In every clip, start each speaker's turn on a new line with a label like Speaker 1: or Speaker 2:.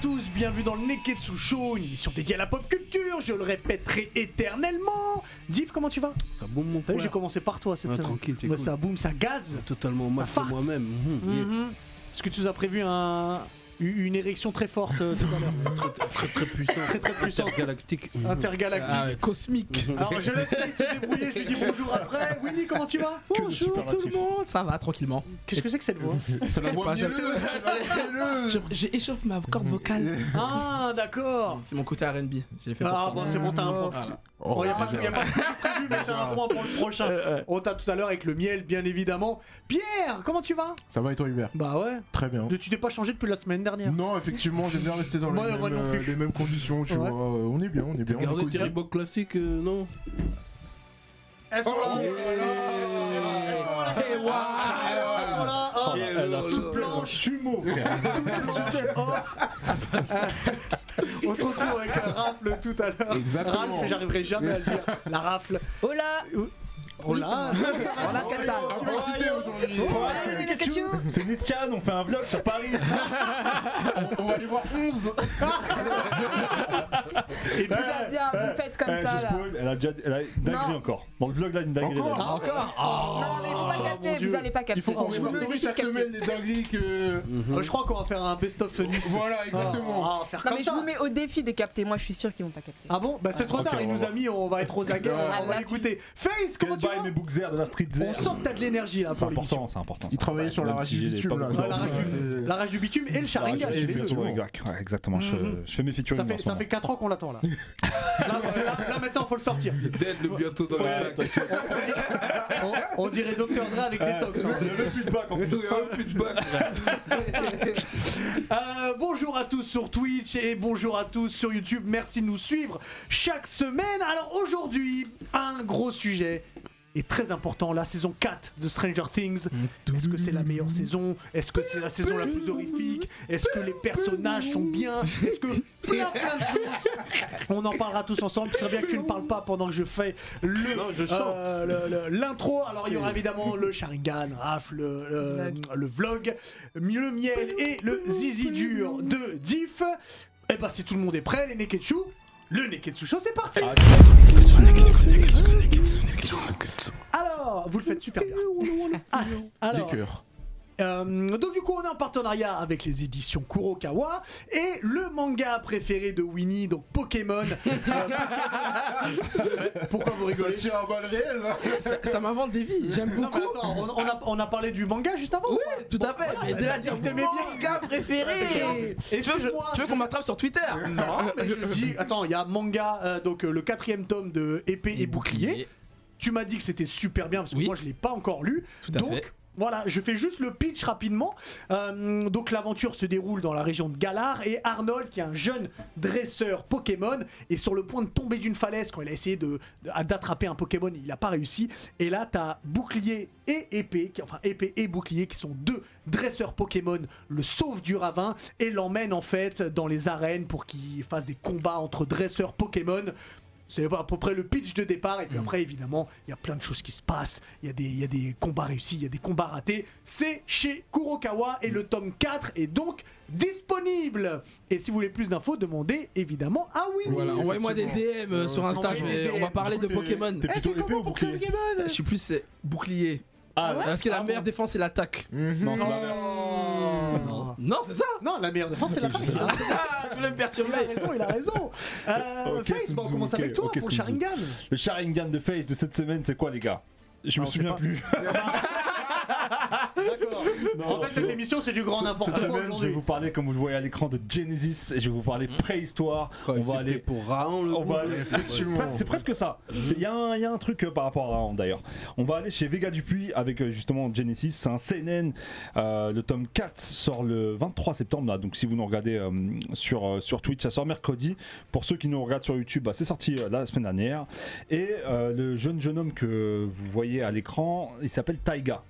Speaker 1: tous, bienvenue dans le Neketsu Show, une émission dédiée à la pop culture, je le répéterai éternellement. Div, comment tu vas
Speaker 2: Ça boum mon
Speaker 1: T'as vu,
Speaker 2: frère.
Speaker 1: J'ai commencé par toi cette
Speaker 2: Ah,
Speaker 1: semaine.
Speaker 2: tranquille, t'es
Speaker 1: Ouais,
Speaker 2: cool.
Speaker 1: Ça boum, ça gaze.
Speaker 2: Totalement mal pour
Speaker 1: farte.
Speaker 2: moi-même. Mhm. Yeah.
Speaker 1: Mhm. Est-ce que tu nous as prévu un- une érection très forte euh, tout à l'heure
Speaker 2: Très, très, très, très puissant.
Speaker 1: Très, très puissant.
Speaker 2: Intergalactique. Mhm.
Speaker 1: Intergalactique.
Speaker 3: Ah ouais, cosmique.
Speaker 1: Alors je laisse Faye se débrouiller, je lui dis bonjour après. Winnie, comment tu vas
Speaker 3: Bonjour tout le monde, ça va tranquillement.
Speaker 1: Qu'est-ce que c'est que cette voix
Speaker 3: Ça va pas, j'ai-
Speaker 4: mielleux.
Speaker 3: je- J'échauffe ma corde vocale. Oh,
Speaker 1: Ah, d'accord.
Speaker 3: C'est mon côté R&B. Je l'ai fait pour
Speaker 1: Ah,
Speaker 3: toi.
Speaker 1: bon, c'est bon, t'as un point.
Speaker 3: Voilà.
Speaker 1: Il n'y a pas de a pas de prévu, mais t'as un point pour le prochain.
Speaker 3: Euh, euh,
Speaker 1: On t'a tout à l'heure avec le miel, bien évidemment. Pierre, comment tu vas
Speaker 4: Ça va et toi Hubert
Speaker 1: Bah ouais.
Speaker 4: Très bien.
Speaker 1: Tu t'es pas changé depuis la semaine dernière.
Speaker 4: Non, effectivement, j'aime bien rester dans les,
Speaker 1: Moi,
Speaker 4: mêmes,
Speaker 1: moi non
Speaker 4: euh,
Speaker 1: plus.
Speaker 4: les mêmes conditions, tu
Speaker 1: Ouais.
Speaker 4: vois. euh, On est bien, on est bien.
Speaker 2: Regardez,
Speaker 4: on est
Speaker 2: Terry
Speaker 4: cosy.
Speaker 2: Bock classique, euh, non
Speaker 1: Elles sont là.
Speaker 3: yeah.
Speaker 1: Elles sont là. Elles sont là. Oh,
Speaker 2: la
Speaker 1: Blanche.
Speaker 4: Sumo, frère.
Speaker 1: Oh. On se retrouve avec la rafle tout à l'heure.
Speaker 4: Exactement.
Speaker 1: Ralph, j'arriverai jamais à le dire. La rafle.
Speaker 5: Hola
Speaker 1: Oh là
Speaker 5: Hola
Speaker 4: Ah,
Speaker 5: Kata
Speaker 4: Intensité aujourd'hui.
Speaker 6: C'est Nistian, on fait un vlog sur Paris.
Speaker 4: On va aller voir 11.
Speaker 6: Et puis,
Speaker 5: Bien, bien, vous faites comme ça là.
Speaker 6: elle a déjà elle a une dinguerie
Speaker 5: Non.
Speaker 6: encore. Dans le vlog là, une dinguerie.
Speaker 4: Ah, Encore
Speaker 6: elle a dit.
Speaker 5: Non mais vous pas capter,
Speaker 1: Dieu.
Speaker 5: vous allez pas capter.
Speaker 4: Il faut qu'on
Speaker 5: Vous me
Speaker 4: répertorie
Speaker 5: laissez
Speaker 4: chaque
Speaker 5: capter.
Speaker 4: semaine les dingueries que.
Speaker 1: Euh, Je crois qu'on va faire un best-of news.
Speaker 4: Voilà, exactement.
Speaker 1: Ah, on va faire
Speaker 5: Non
Speaker 1: comme
Speaker 5: mais je
Speaker 1: ça.
Speaker 5: vous mets au défi de capter, moi je suis sûr qu'ils vont pas capter.
Speaker 1: Ah bon Bah c'est trop
Speaker 6: Ok,
Speaker 1: tard,
Speaker 6: on
Speaker 1: il
Speaker 6: va
Speaker 1: nous a
Speaker 6: voir.
Speaker 1: mis, on va être aux aguets,
Speaker 5: Ah,
Speaker 1: on va
Speaker 5: la
Speaker 1: l'écouter. Face, comment tu
Speaker 6: Goodbye
Speaker 1: vas
Speaker 6: mes books airs de la street Z.
Speaker 1: On sent que t'as de l'énergie là
Speaker 6: C'est
Speaker 1: pour l'émission.
Speaker 6: important, c'est important.
Speaker 4: Il travaillait sur la rage du bitume là.
Speaker 1: Ah, la rage du-
Speaker 4: C'est-
Speaker 1: La rage du bitume et le charinga. les deux.
Speaker 6: Exactement, je,
Speaker 1: Mhm.
Speaker 6: je fais mes featuring.
Speaker 1: Ça fait,
Speaker 6: en ce
Speaker 1: ça
Speaker 6: moment.
Speaker 1: fait 4 ans qu'on l'attend là. là, là- là, maintenant faut le sortir.
Speaker 2: Dead le bientôt dans la plaque.
Speaker 1: On, on dirait Dr Dre avec des tox. hein.
Speaker 6: Il y avait plus de bac en
Speaker 2: Il
Speaker 6: plus.
Speaker 2: y a un plus de bac.
Speaker 1: Euh, bonjour à tous sur Twitch et bonjour à tous sur YouTube. Merci de nous suivre chaque semaine. Alors aujourd'hui, un gros sujet et très important, la saison 4 de Stranger Things. Est-ce que c'est la meilleure saison Est-ce que c'est la saison la plus horrifique Est-ce que les personnages sont bien Est-ce que plein plein de choses On en parlera tous ensemble. C'est bien que tu ne parles pas pendant que je fais le
Speaker 2: Non, je chante.
Speaker 1: euh, le- le- l'intro. Alors il y aura évidemment le Sharingan, Raph, le, le, le vlog, le miel et le zizi dur de Diff. Et bah si tout le monde est prêt, les Neketsu, le Neketsu Show, c'est parti Alors, vous le faites super bien. Ah,
Speaker 4: Des
Speaker 1: Alors,
Speaker 4: cœurs.
Speaker 1: euh, donc du coup, on est en partenariat avec les éditions Kurokawa et le manga préféré de Winnie, donc Pokémon. Euh, Pourquoi vous
Speaker 4: Ça
Speaker 1: rigolez
Speaker 4: tire à balles réelles là.
Speaker 3: ça ça m'invente des vies, j'aime
Speaker 1: Non, mais
Speaker 3: beaucoup.
Speaker 1: attends, on, on a, on a parlé du manga juste avant. ou pas
Speaker 3: Tout à fait, mais de là dire
Speaker 1: t'aimais bien.
Speaker 3: mon gars préféré. Tu veux que je-
Speaker 1: oh, Excuse-moi.
Speaker 3: tu veux qu'on m'attrape sur Twitter
Speaker 1: Non, mais je dis, attends, il y a manga, euh, donc euh, le quatrième tome de Épée et Bouclier. Tu m'as dit que c'était super bien parce que
Speaker 3: Oui.
Speaker 1: moi je l'ai pas encore lu.
Speaker 3: Tout à
Speaker 1: donc
Speaker 3: fait.
Speaker 1: voilà, je fais juste le pitch rapidement. Euh, donc l'aventure se déroule dans la région de Galar et Arnold, qui est un jeune dresseur Pokémon, est sur le point de tomber d'une falaise quand il a essayé de de- d'attraper un Pokémon, il n'a pas réussi. Et là, t'as Bouclier et Épée, qui, enfin Épée et Bouclier, qui sont deux dresseurs Pokémon, le sauvent du ravin et l'emmènent en fait dans les arènes pour qu'il fasse des combats entre dresseurs Pokémon. C'est à peu près le pitch de départ. Et
Speaker 6: Hmm.
Speaker 1: puis après, évidemment, il y a plein de choses qui se passent. Il y, a des- il y a des combats réussis, il y a des combats ratés. C'est chez Kurokawa et le tome 4 est donc disponible. Et si vous voulez plus d'infos, demandez évidemment à Winnie.
Speaker 3: Voilà, envoyez-moi bah, des DM euh, sur Insta, je vais- on va parler de
Speaker 4: Du coup, t'es-
Speaker 3: Pokémon.
Speaker 6: T'es
Speaker 1: Eh, c'est
Speaker 6: plutôt l'épée
Speaker 1: comment
Speaker 6: ou
Speaker 1: pour
Speaker 6: bouclier
Speaker 1: Pokémon
Speaker 3: Je suis plus euh, bouclier. Parce que la meilleure défense c'est l'attaque.
Speaker 6: Non, c'est l'inverse.
Speaker 1: Non.
Speaker 3: Non, c'est ça
Speaker 1: Non, la meilleure défense, c'est la
Speaker 6: Ah. sais
Speaker 1: Il
Speaker 3: Ah, Tu voulais me
Speaker 1: a
Speaker 3: perturber
Speaker 1: raison, il a raison. Euh,
Speaker 6: Ok,
Speaker 1: Face, bon, on
Speaker 6: Sunzu,
Speaker 1: commence
Speaker 6: ok,
Speaker 1: avec toi
Speaker 6: ok,
Speaker 1: pour le
Speaker 6: Sunzu.
Speaker 1: Sharingan.
Speaker 6: Le Sharingan de Face de cette semaine, c'est quoi les gars Je me souviens plus.
Speaker 1: D'accord. En fait, cette émission, c'est du grand
Speaker 6: Ce-
Speaker 1: n'importe
Speaker 6: Cette
Speaker 1: quoi
Speaker 6: semaine, je vais
Speaker 1: aujourd'hui. Mmh.
Speaker 6: vous parler, comme vous le voyez à l'écran, de Genesis. Et je vais vous parler préhistoire. on va aller.
Speaker 2: pour Raon le
Speaker 6: On va
Speaker 2: coup.
Speaker 6: aller.
Speaker 4: Effectivement.
Speaker 6: Presque- C'est presque ça. Il y, a un- y a un truc euh, par rapport à Raon d'ailleurs. On va aller chez Vega Dupuis avec euh, justement Genesis. C'est un CNN. Euh, le tome 4 sort le 23 septembre. Là. Donc si vous nous regardez euh, sur, euh, sur Twitch, ça sort mercredi. Pour ceux qui nous regardent sur YouTube, bah, c'est sorti euh, la semaine dernière. Et euh, le jeune jeune homme que vous voyez à l'écran, il s'appelle Taiga.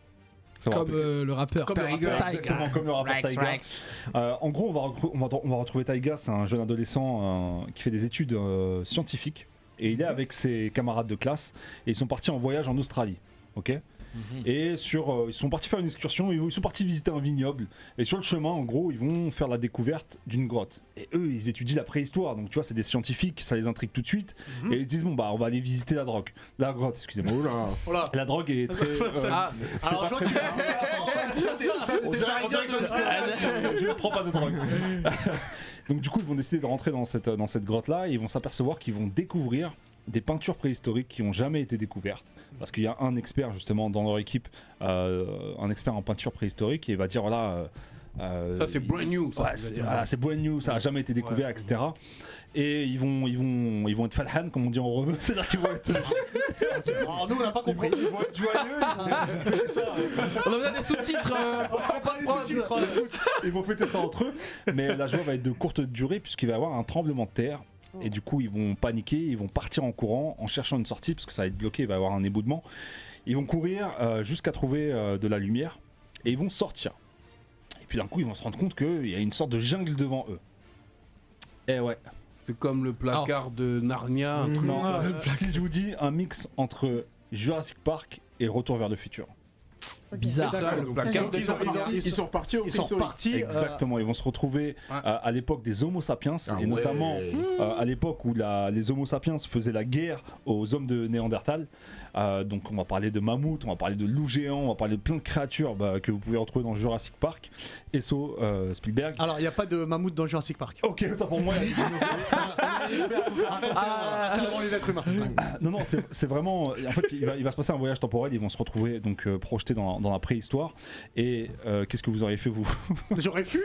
Speaker 6: Ça vous
Speaker 3: Comme
Speaker 6: rappelle-
Speaker 3: euh, le rappeur.
Speaker 1: Comme le
Speaker 3: Tiger.
Speaker 1: rappeur,
Speaker 6: Exactement comme le rapport
Speaker 3: Rex,
Speaker 6: Taiga.
Speaker 3: Rex.
Speaker 6: Euh, en gros, on va, recru- on va, on va retrouver Taiga, c'est un jeune adolescent euh, qui fait des études euh,
Speaker 3: Mhm.
Speaker 6: scientifiques. Et il est avec ses camarades de classe et ils sont partis en voyage en Australie. Ok
Speaker 3: Mhm.
Speaker 6: Et sur, euh, ils sont partis faire une excursion, ils, ils sont partis visiter un vignoble. Et sur le chemin, en gros, ils vont faire la découverte d'une grotte. Et eux, ils étudient la préhistoire. Donc, tu vois, c'est des scientifiques, ça les intrigue tout de suite.
Speaker 3: Mhm.
Speaker 6: Et ils se disent, bon, bah, on va aller visiter la drogue. La grotte, excusez-moi.
Speaker 1: Oh là.
Speaker 6: La drogue est très. euh,
Speaker 3: Ah,
Speaker 6: c'est
Speaker 1: Alors,
Speaker 6: pas
Speaker 1: je vois
Speaker 6: très
Speaker 1: que tu-
Speaker 4: On dirait- on dirait que le-
Speaker 3: Ah,
Speaker 6: je ne prends pas de drogue. Donc du coup, ils vont décider de rentrer dans cette, dans cette grotte-là et ils vont s'apercevoir qu'ils vont découvrir des peintures préhistoriques qui n'ont jamais été découvertes. Parce qu'il y a un expert justement dans leur équipe, euh, un expert en peinture préhistorique, et il va dire, voilà... euh, euh,
Speaker 2: Ça, c'est brand new. ça.
Speaker 6: Ouais, c'est voilà, c'est brand new, ça a jamais été découvert, etc. Et ils vont, ils vont, ils vont être falhan comme on dit en revue, c'est-à-dire qu'ils vont être,
Speaker 1: Alors, Ah, nous, on n'a pas compris.
Speaker 6: ils vont être joyeux,
Speaker 3: on a besoin des sous-titres. euh,
Speaker 6: ils vont fêter ça entre eux. Mais la joie va être de courte durée puisqu'il va y avoir un tremblement de terre.
Speaker 2: Oh.
Speaker 6: Et du coup, ils vont paniquer, ils vont partir en courant, en cherchant une sortie, parce que ça va être bloqué, il va y avoir un éboudement. Ils vont courir euh, jusqu'à trouver euh, de la lumière, et ils vont sortir. Et puis d'un coup, ils vont se rendre compte qu'il y a une sorte de jungle devant eux. Et ouais.
Speaker 2: C'est comme le placard de Narnia. un truc.
Speaker 6: Non,
Speaker 1: Ah,
Speaker 6: euh, si je vous dis un mix entre Jurassic Park et Retour vers le futur.
Speaker 3: Bizarre.
Speaker 2: Ça, le placard
Speaker 1: D'accord.
Speaker 4: Regarde,
Speaker 2: de
Speaker 4: ils sont
Speaker 1: Ils sont-
Speaker 4: repartis- Ils sont repartis au
Speaker 1: Ils sont
Speaker 4: préhistorique.
Speaker 1: repartis. euh,
Speaker 6: Exactement, ils vont se retrouver
Speaker 2: Ouais. Ah
Speaker 6: euh, à l'époque des Homo sapiens, et
Speaker 2: ouais.
Speaker 6: notamment euh, à l'époque où la- les Homo sapiens faisaient la guerre aux hommes de Néandertal. Euh, donc on va parler de mammouths, on va parler de loups géants, on va parler de plein de créatures bah, que vous pouvez retrouver dans Jurassic Park, Esso euh, Spielberg.
Speaker 1: Alors, il n'y a pas de mammouth dans Jurassic Park.
Speaker 6: Ok, autant pour moi.
Speaker 1: Ah, c'est avant les êtres humains.
Speaker 6: non, non, c'est c'est vraiment. En fait, il va, il va se passer un voyage temporel. Ils vont se retrouver donc euh, projetés dans, dans la préhistoire. Et euh, qu'est-ce que vous auriez fait vous
Speaker 1: J'aurais fui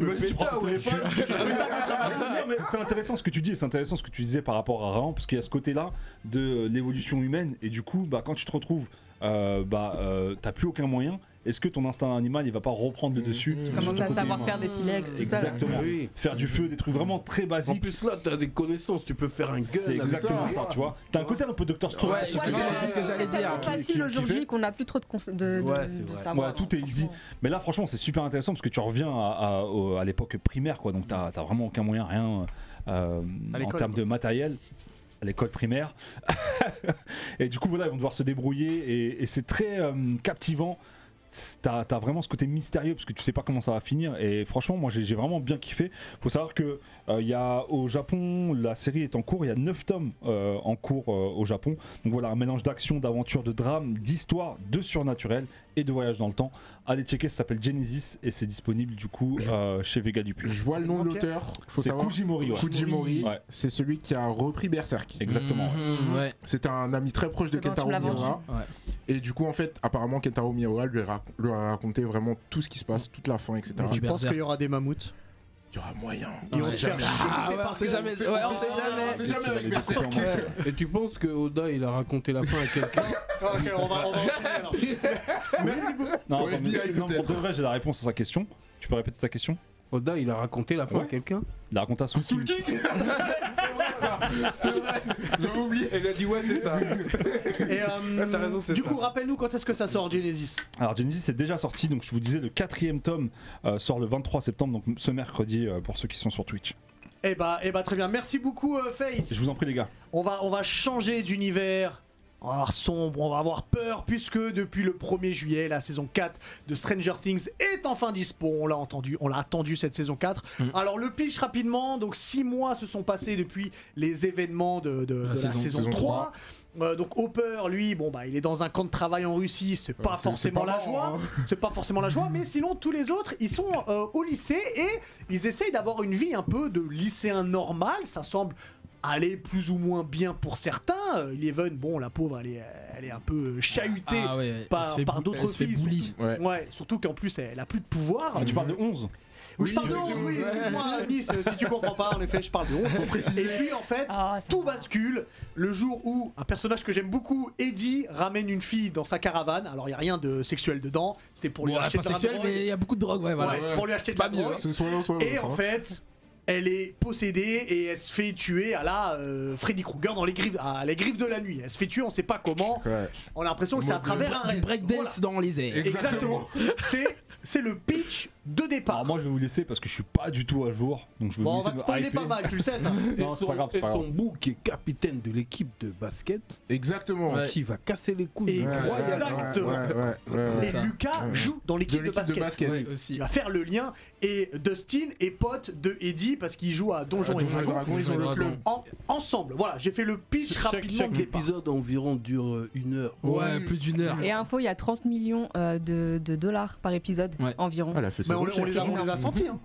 Speaker 6: Imagine, tu prends ton téléphone, tu te pétas contre un mur. Non, mais C'est intéressant ce que tu dis, et c'est intéressant ce que tu disais par rapport à Raon, parce qu'il y a ce côté-là de euh, l'évolution humaine, et du coup, bah, quand tu te retrouves, euh, bah, euh, t'as plus aucun moyen. Est-ce que ton instinct animal, il va pas reprendre le dessus sur
Speaker 5: Commence
Speaker 6: ton
Speaker 5: à
Speaker 6: côté
Speaker 5: savoir
Speaker 6: humain
Speaker 5: faire des silex, tout ça. là.
Speaker 6: Exactement.
Speaker 2: Oui.
Speaker 6: Faire du feu, des trucs vraiment très
Speaker 2: En
Speaker 6: basiques.
Speaker 2: plus, là, t'as des connaissances, tu peux faire un gun.
Speaker 6: C'est
Speaker 2: avec
Speaker 6: exactement
Speaker 2: ça.
Speaker 6: ça, tu vois. T'as un côté un peu Docteur Strange.
Speaker 3: Ouais,
Speaker 6: c'est
Speaker 3: c'est
Speaker 6: ce que
Speaker 3: ça.
Speaker 6: je-
Speaker 3: c'est ce que j'allais dire.
Speaker 5: tellement
Speaker 6: Qui- qui- qui
Speaker 5: facile aujourd'hui
Speaker 6: fait.
Speaker 5: qu'on n'a plus trop de, cons- de, de,
Speaker 2: Ouais, c'est
Speaker 5: de
Speaker 2: vrai.
Speaker 6: Ouais,
Speaker 5: savoir.
Speaker 6: tout est easy. Mais là, franchement, c'est super intéressant parce que tu reviens à, à- au- à l'époque primaire, quoi. Donc, t'as t'as vraiment aucun moyen, rien euh,
Speaker 1: À
Speaker 6: en
Speaker 1: l'école,
Speaker 6: termes
Speaker 1: quoi.
Speaker 6: de matériel à l'école primaire. et du coup, voilà, ils vont devoir se débrouiller et, et c'est très euh, captivant. C'est- T'as as vraiment ce côté mystérieux parce que tu sais pas comment ça va finir. Et franchement, moi, j'ai j'ai vraiment bien kiffé. Faut savoir que euh, il y a au Japon, la série est en cours. Il y a 9 tomes euh, en cours euh, au Japon. Donc voilà, un mélange d'action, d'aventure, de drame, d'histoire, de surnaturel et de voyage dans le temps. Allez checker, ça s'appelle Genesis et c'est disponible du coup euh, chez Vega Dupuis.
Speaker 4: Je vois le nom de
Speaker 1: Ok.
Speaker 4: l'auteur. Faut
Speaker 6: C'est
Speaker 4: savoir.
Speaker 6: Kujimori, ouais.
Speaker 4: Fujimori,
Speaker 6: Ouais.
Speaker 4: c'est celui qui a repris Berserk.
Speaker 6: Exactement. ouais.
Speaker 3: Mhm, ouais.
Speaker 4: C'était un ami très proche de
Speaker 5: C'est bon, tu
Speaker 4: Kentaro
Speaker 5: me l'as vendu.
Speaker 4: Miura.
Speaker 3: Ouais.
Speaker 4: Et du coup, en fait, apparemment, Kentaro Miura lui, rac- lui a raconté vraiment tout ce qui se passe, toute la fin, etc.
Speaker 1: Mais tu
Speaker 3: Berserk.
Speaker 1: penses qu'il y aura des mammouths
Speaker 4: Il y aura moyen.
Speaker 1: Ils vont se faire chier.
Speaker 3: Ah ouais, on sait jamais. Ouais, on sait jamais.
Speaker 4: On sait jamais
Speaker 6: Et
Speaker 4: avec
Speaker 6: tu vas les
Speaker 4: Berserk.
Speaker 6: découper en morceaux.
Speaker 2: Et tu penses que Oda, il a raconté la fin à quelqu'un
Speaker 1: Ok, on va, on va enchaîner alors.
Speaker 4: Merci beaucoup.
Speaker 6: Non,
Speaker 4: Au
Speaker 6: attends, mais-
Speaker 4: FBI,
Speaker 6: non, pour
Speaker 4: peut-être.
Speaker 6: de vrai, j'ai la réponse à sa question. Tu peux répéter ta question
Speaker 2: Oda, il a raconté la fin à
Speaker 6: Ouais.
Speaker 2: quelqu'un
Speaker 6: La raconte à son
Speaker 4: Sous le kick C'est vrai ça C'est vrai J'avais oublié
Speaker 2: Elle a dit ouais, c'est ça.
Speaker 1: Et, euh,
Speaker 2: Ouais, t'as raison, c'est
Speaker 1: du
Speaker 2: ça.
Speaker 1: coup, rappelle-nous quand est-ce que ça sort Genesis
Speaker 6: Alors Genesis c'est déjà sorti, donc je vous disais le quatrième tome euh, sort le 23 septembre, donc ce mercredi euh, pour ceux qui sont sur Twitch.
Speaker 1: Eh bah, eh bah, très bien. Merci beaucoup, euh, Face.
Speaker 6: Je vous en prie les gars.
Speaker 1: On va, on va changer d'univers. On va avoir sombre, on va avoir peur, puisque depuis le 1er juillet, la saison 4 de Stranger Things est enfin dispo. On l'a entendu, on l'a attendu cette saison 4. Alors le pitch rapidement, donc 6 mois se sont passés depuis les événements de, de- de la, saison, 3. Euh, donc Hopper, lui, bon bah il est dans un camp de travail en Russie,
Speaker 3: Euh,
Speaker 1: c'est pas
Speaker 4: c'est- c'est
Speaker 1: forcément
Speaker 4: pas
Speaker 1: la
Speaker 4: marrant,
Speaker 1: joie,
Speaker 3: hein.
Speaker 1: c'est pas forcément la joie, mais sinon tous les autres ils sont euh, au lycée et ils essayent d'avoir une vie un peu de lycéen normal, ça semble aller plus ou moins bien pour certains. Euh, Eleven, bon la pauvre elle est, elle est un peu euh, chahutée
Speaker 3: Ah ouais,
Speaker 1: par-
Speaker 3: elle se fait
Speaker 1: par
Speaker 3: bou-
Speaker 1: d'autres
Speaker 3: elle se fait
Speaker 1: filles,
Speaker 3: bully.
Speaker 1: surtout.
Speaker 4: Ouais.
Speaker 1: Ouais, surtout qu'en plus elle a plus de pouvoir.
Speaker 6: Ah, tu parles de 11
Speaker 1: Oui, je
Speaker 4: Oui,
Speaker 1: parle de 11,
Speaker 4: effectivement.
Speaker 1: oui, excuse-moi, Nice, euh, si tu comprends pas, en effet, je parle de 11. Et puis, en fait,
Speaker 5: Ah, ça
Speaker 1: tout
Speaker 5: va.
Speaker 1: bascule le jour où un personnage que j'aime beaucoup, Eddie, ramène une fille dans sa caravane. Alors, il n'y a rien de sexuel dedans, c'était pour lui
Speaker 3: Bon,
Speaker 1: acheter
Speaker 3: pas
Speaker 1: de la
Speaker 3: sexuel,
Speaker 1: drogue.
Speaker 3: mais il y a beaucoup de drogue, ouais, voilà.
Speaker 1: Ouais, pour lui acheter
Speaker 3: C'est
Speaker 1: de la
Speaker 3: pas mieux,
Speaker 1: drogue.
Speaker 4: C'est soit l'un, soit l'autre.
Speaker 1: Et en
Speaker 4: hein.
Speaker 1: fait, elle est possédée et elle se fait tuer à la euh, Freddy Krueger dans les griffes, à les griffes de la nuit. Elle se fait tuer, on sait pas comment.
Speaker 4: Ouais.
Speaker 1: On a l'impression que c'est à
Speaker 4: Mode
Speaker 1: travers un
Speaker 3: Du
Speaker 1: rêve.
Speaker 3: breakdance
Speaker 1: Voilà.
Speaker 3: dans les airs.
Speaker 4: Exactement.
Speaker 1: Exactement. C'est c'est le pitch de départ.
Speaker 6: Alors Ah, moi je vais vous laisser parce que je suis pas du tout à jour. Donc je vais
Speaker 1: Bon, on
Speaker 6: vous laisser
Speaker 1: va te
Speaker 6: me
Speaker 1: spoiler
Speaker 6: hyper.
Speaker 1: pas mal, tu le sais ça.
Speaker 2: Et
Speaker 6: Non, c'est
Speaker 2: son,
Speaker 6: pas grave, c'est
Speaker 2: et
Speaker 6: pas
Speaker 2: son
Speaker 6: grave.
Speaker 2: bou qui est capitaine de l'équipe de basket,
Speaker 4: Exactement.
Speaker 3: Ouais.
Speaker 2: qui va casser les couilles.
Speaker 1: Et-
Speaker 4: Ouais, ouais,
Speaker 1: Exactement.
Speaker 4: ouais, ouais, ouais, ouais.
Speaker 1: Et
Speaker 3: ça.
Speaker 1: Lucas
Speaker 4: Ouais.
Speaker 1: joue dans l'équipe de, basket.
Speaker 3: Ouais, aussi.
Speaker 1: Il va faire le lien et Dustin est pote de Eddie parce qu'il joue à Donjon
Speaker 4: Ah,
Speaker 1: et
Speaker 4: Donjons et
Speaker 1: Dragons.
Speaker 4: Dragons, ils ont le club.
Speaker 1: En- ensemble, voilà, j'ai fait le pitch
Speaker 2: Chaque,
Speaker 1: rapidement.
Speaker 2: chaque
Speaker 1: de départ.
Speaker 2: épisode environ dure euh, une heure.
Speaker 3: Ouais, plus d'une heure.
Speaker 5: Et info, il y a 30 millions euh, de, de dollars par épisode
Speaker 3: Ouais.
Speaker 5: environ.
Speaker 4: Elle a fait
Speaker 1: Mais
Speaker 4: ça.
Speaker 1: on, on les a, on les a sentis. hein.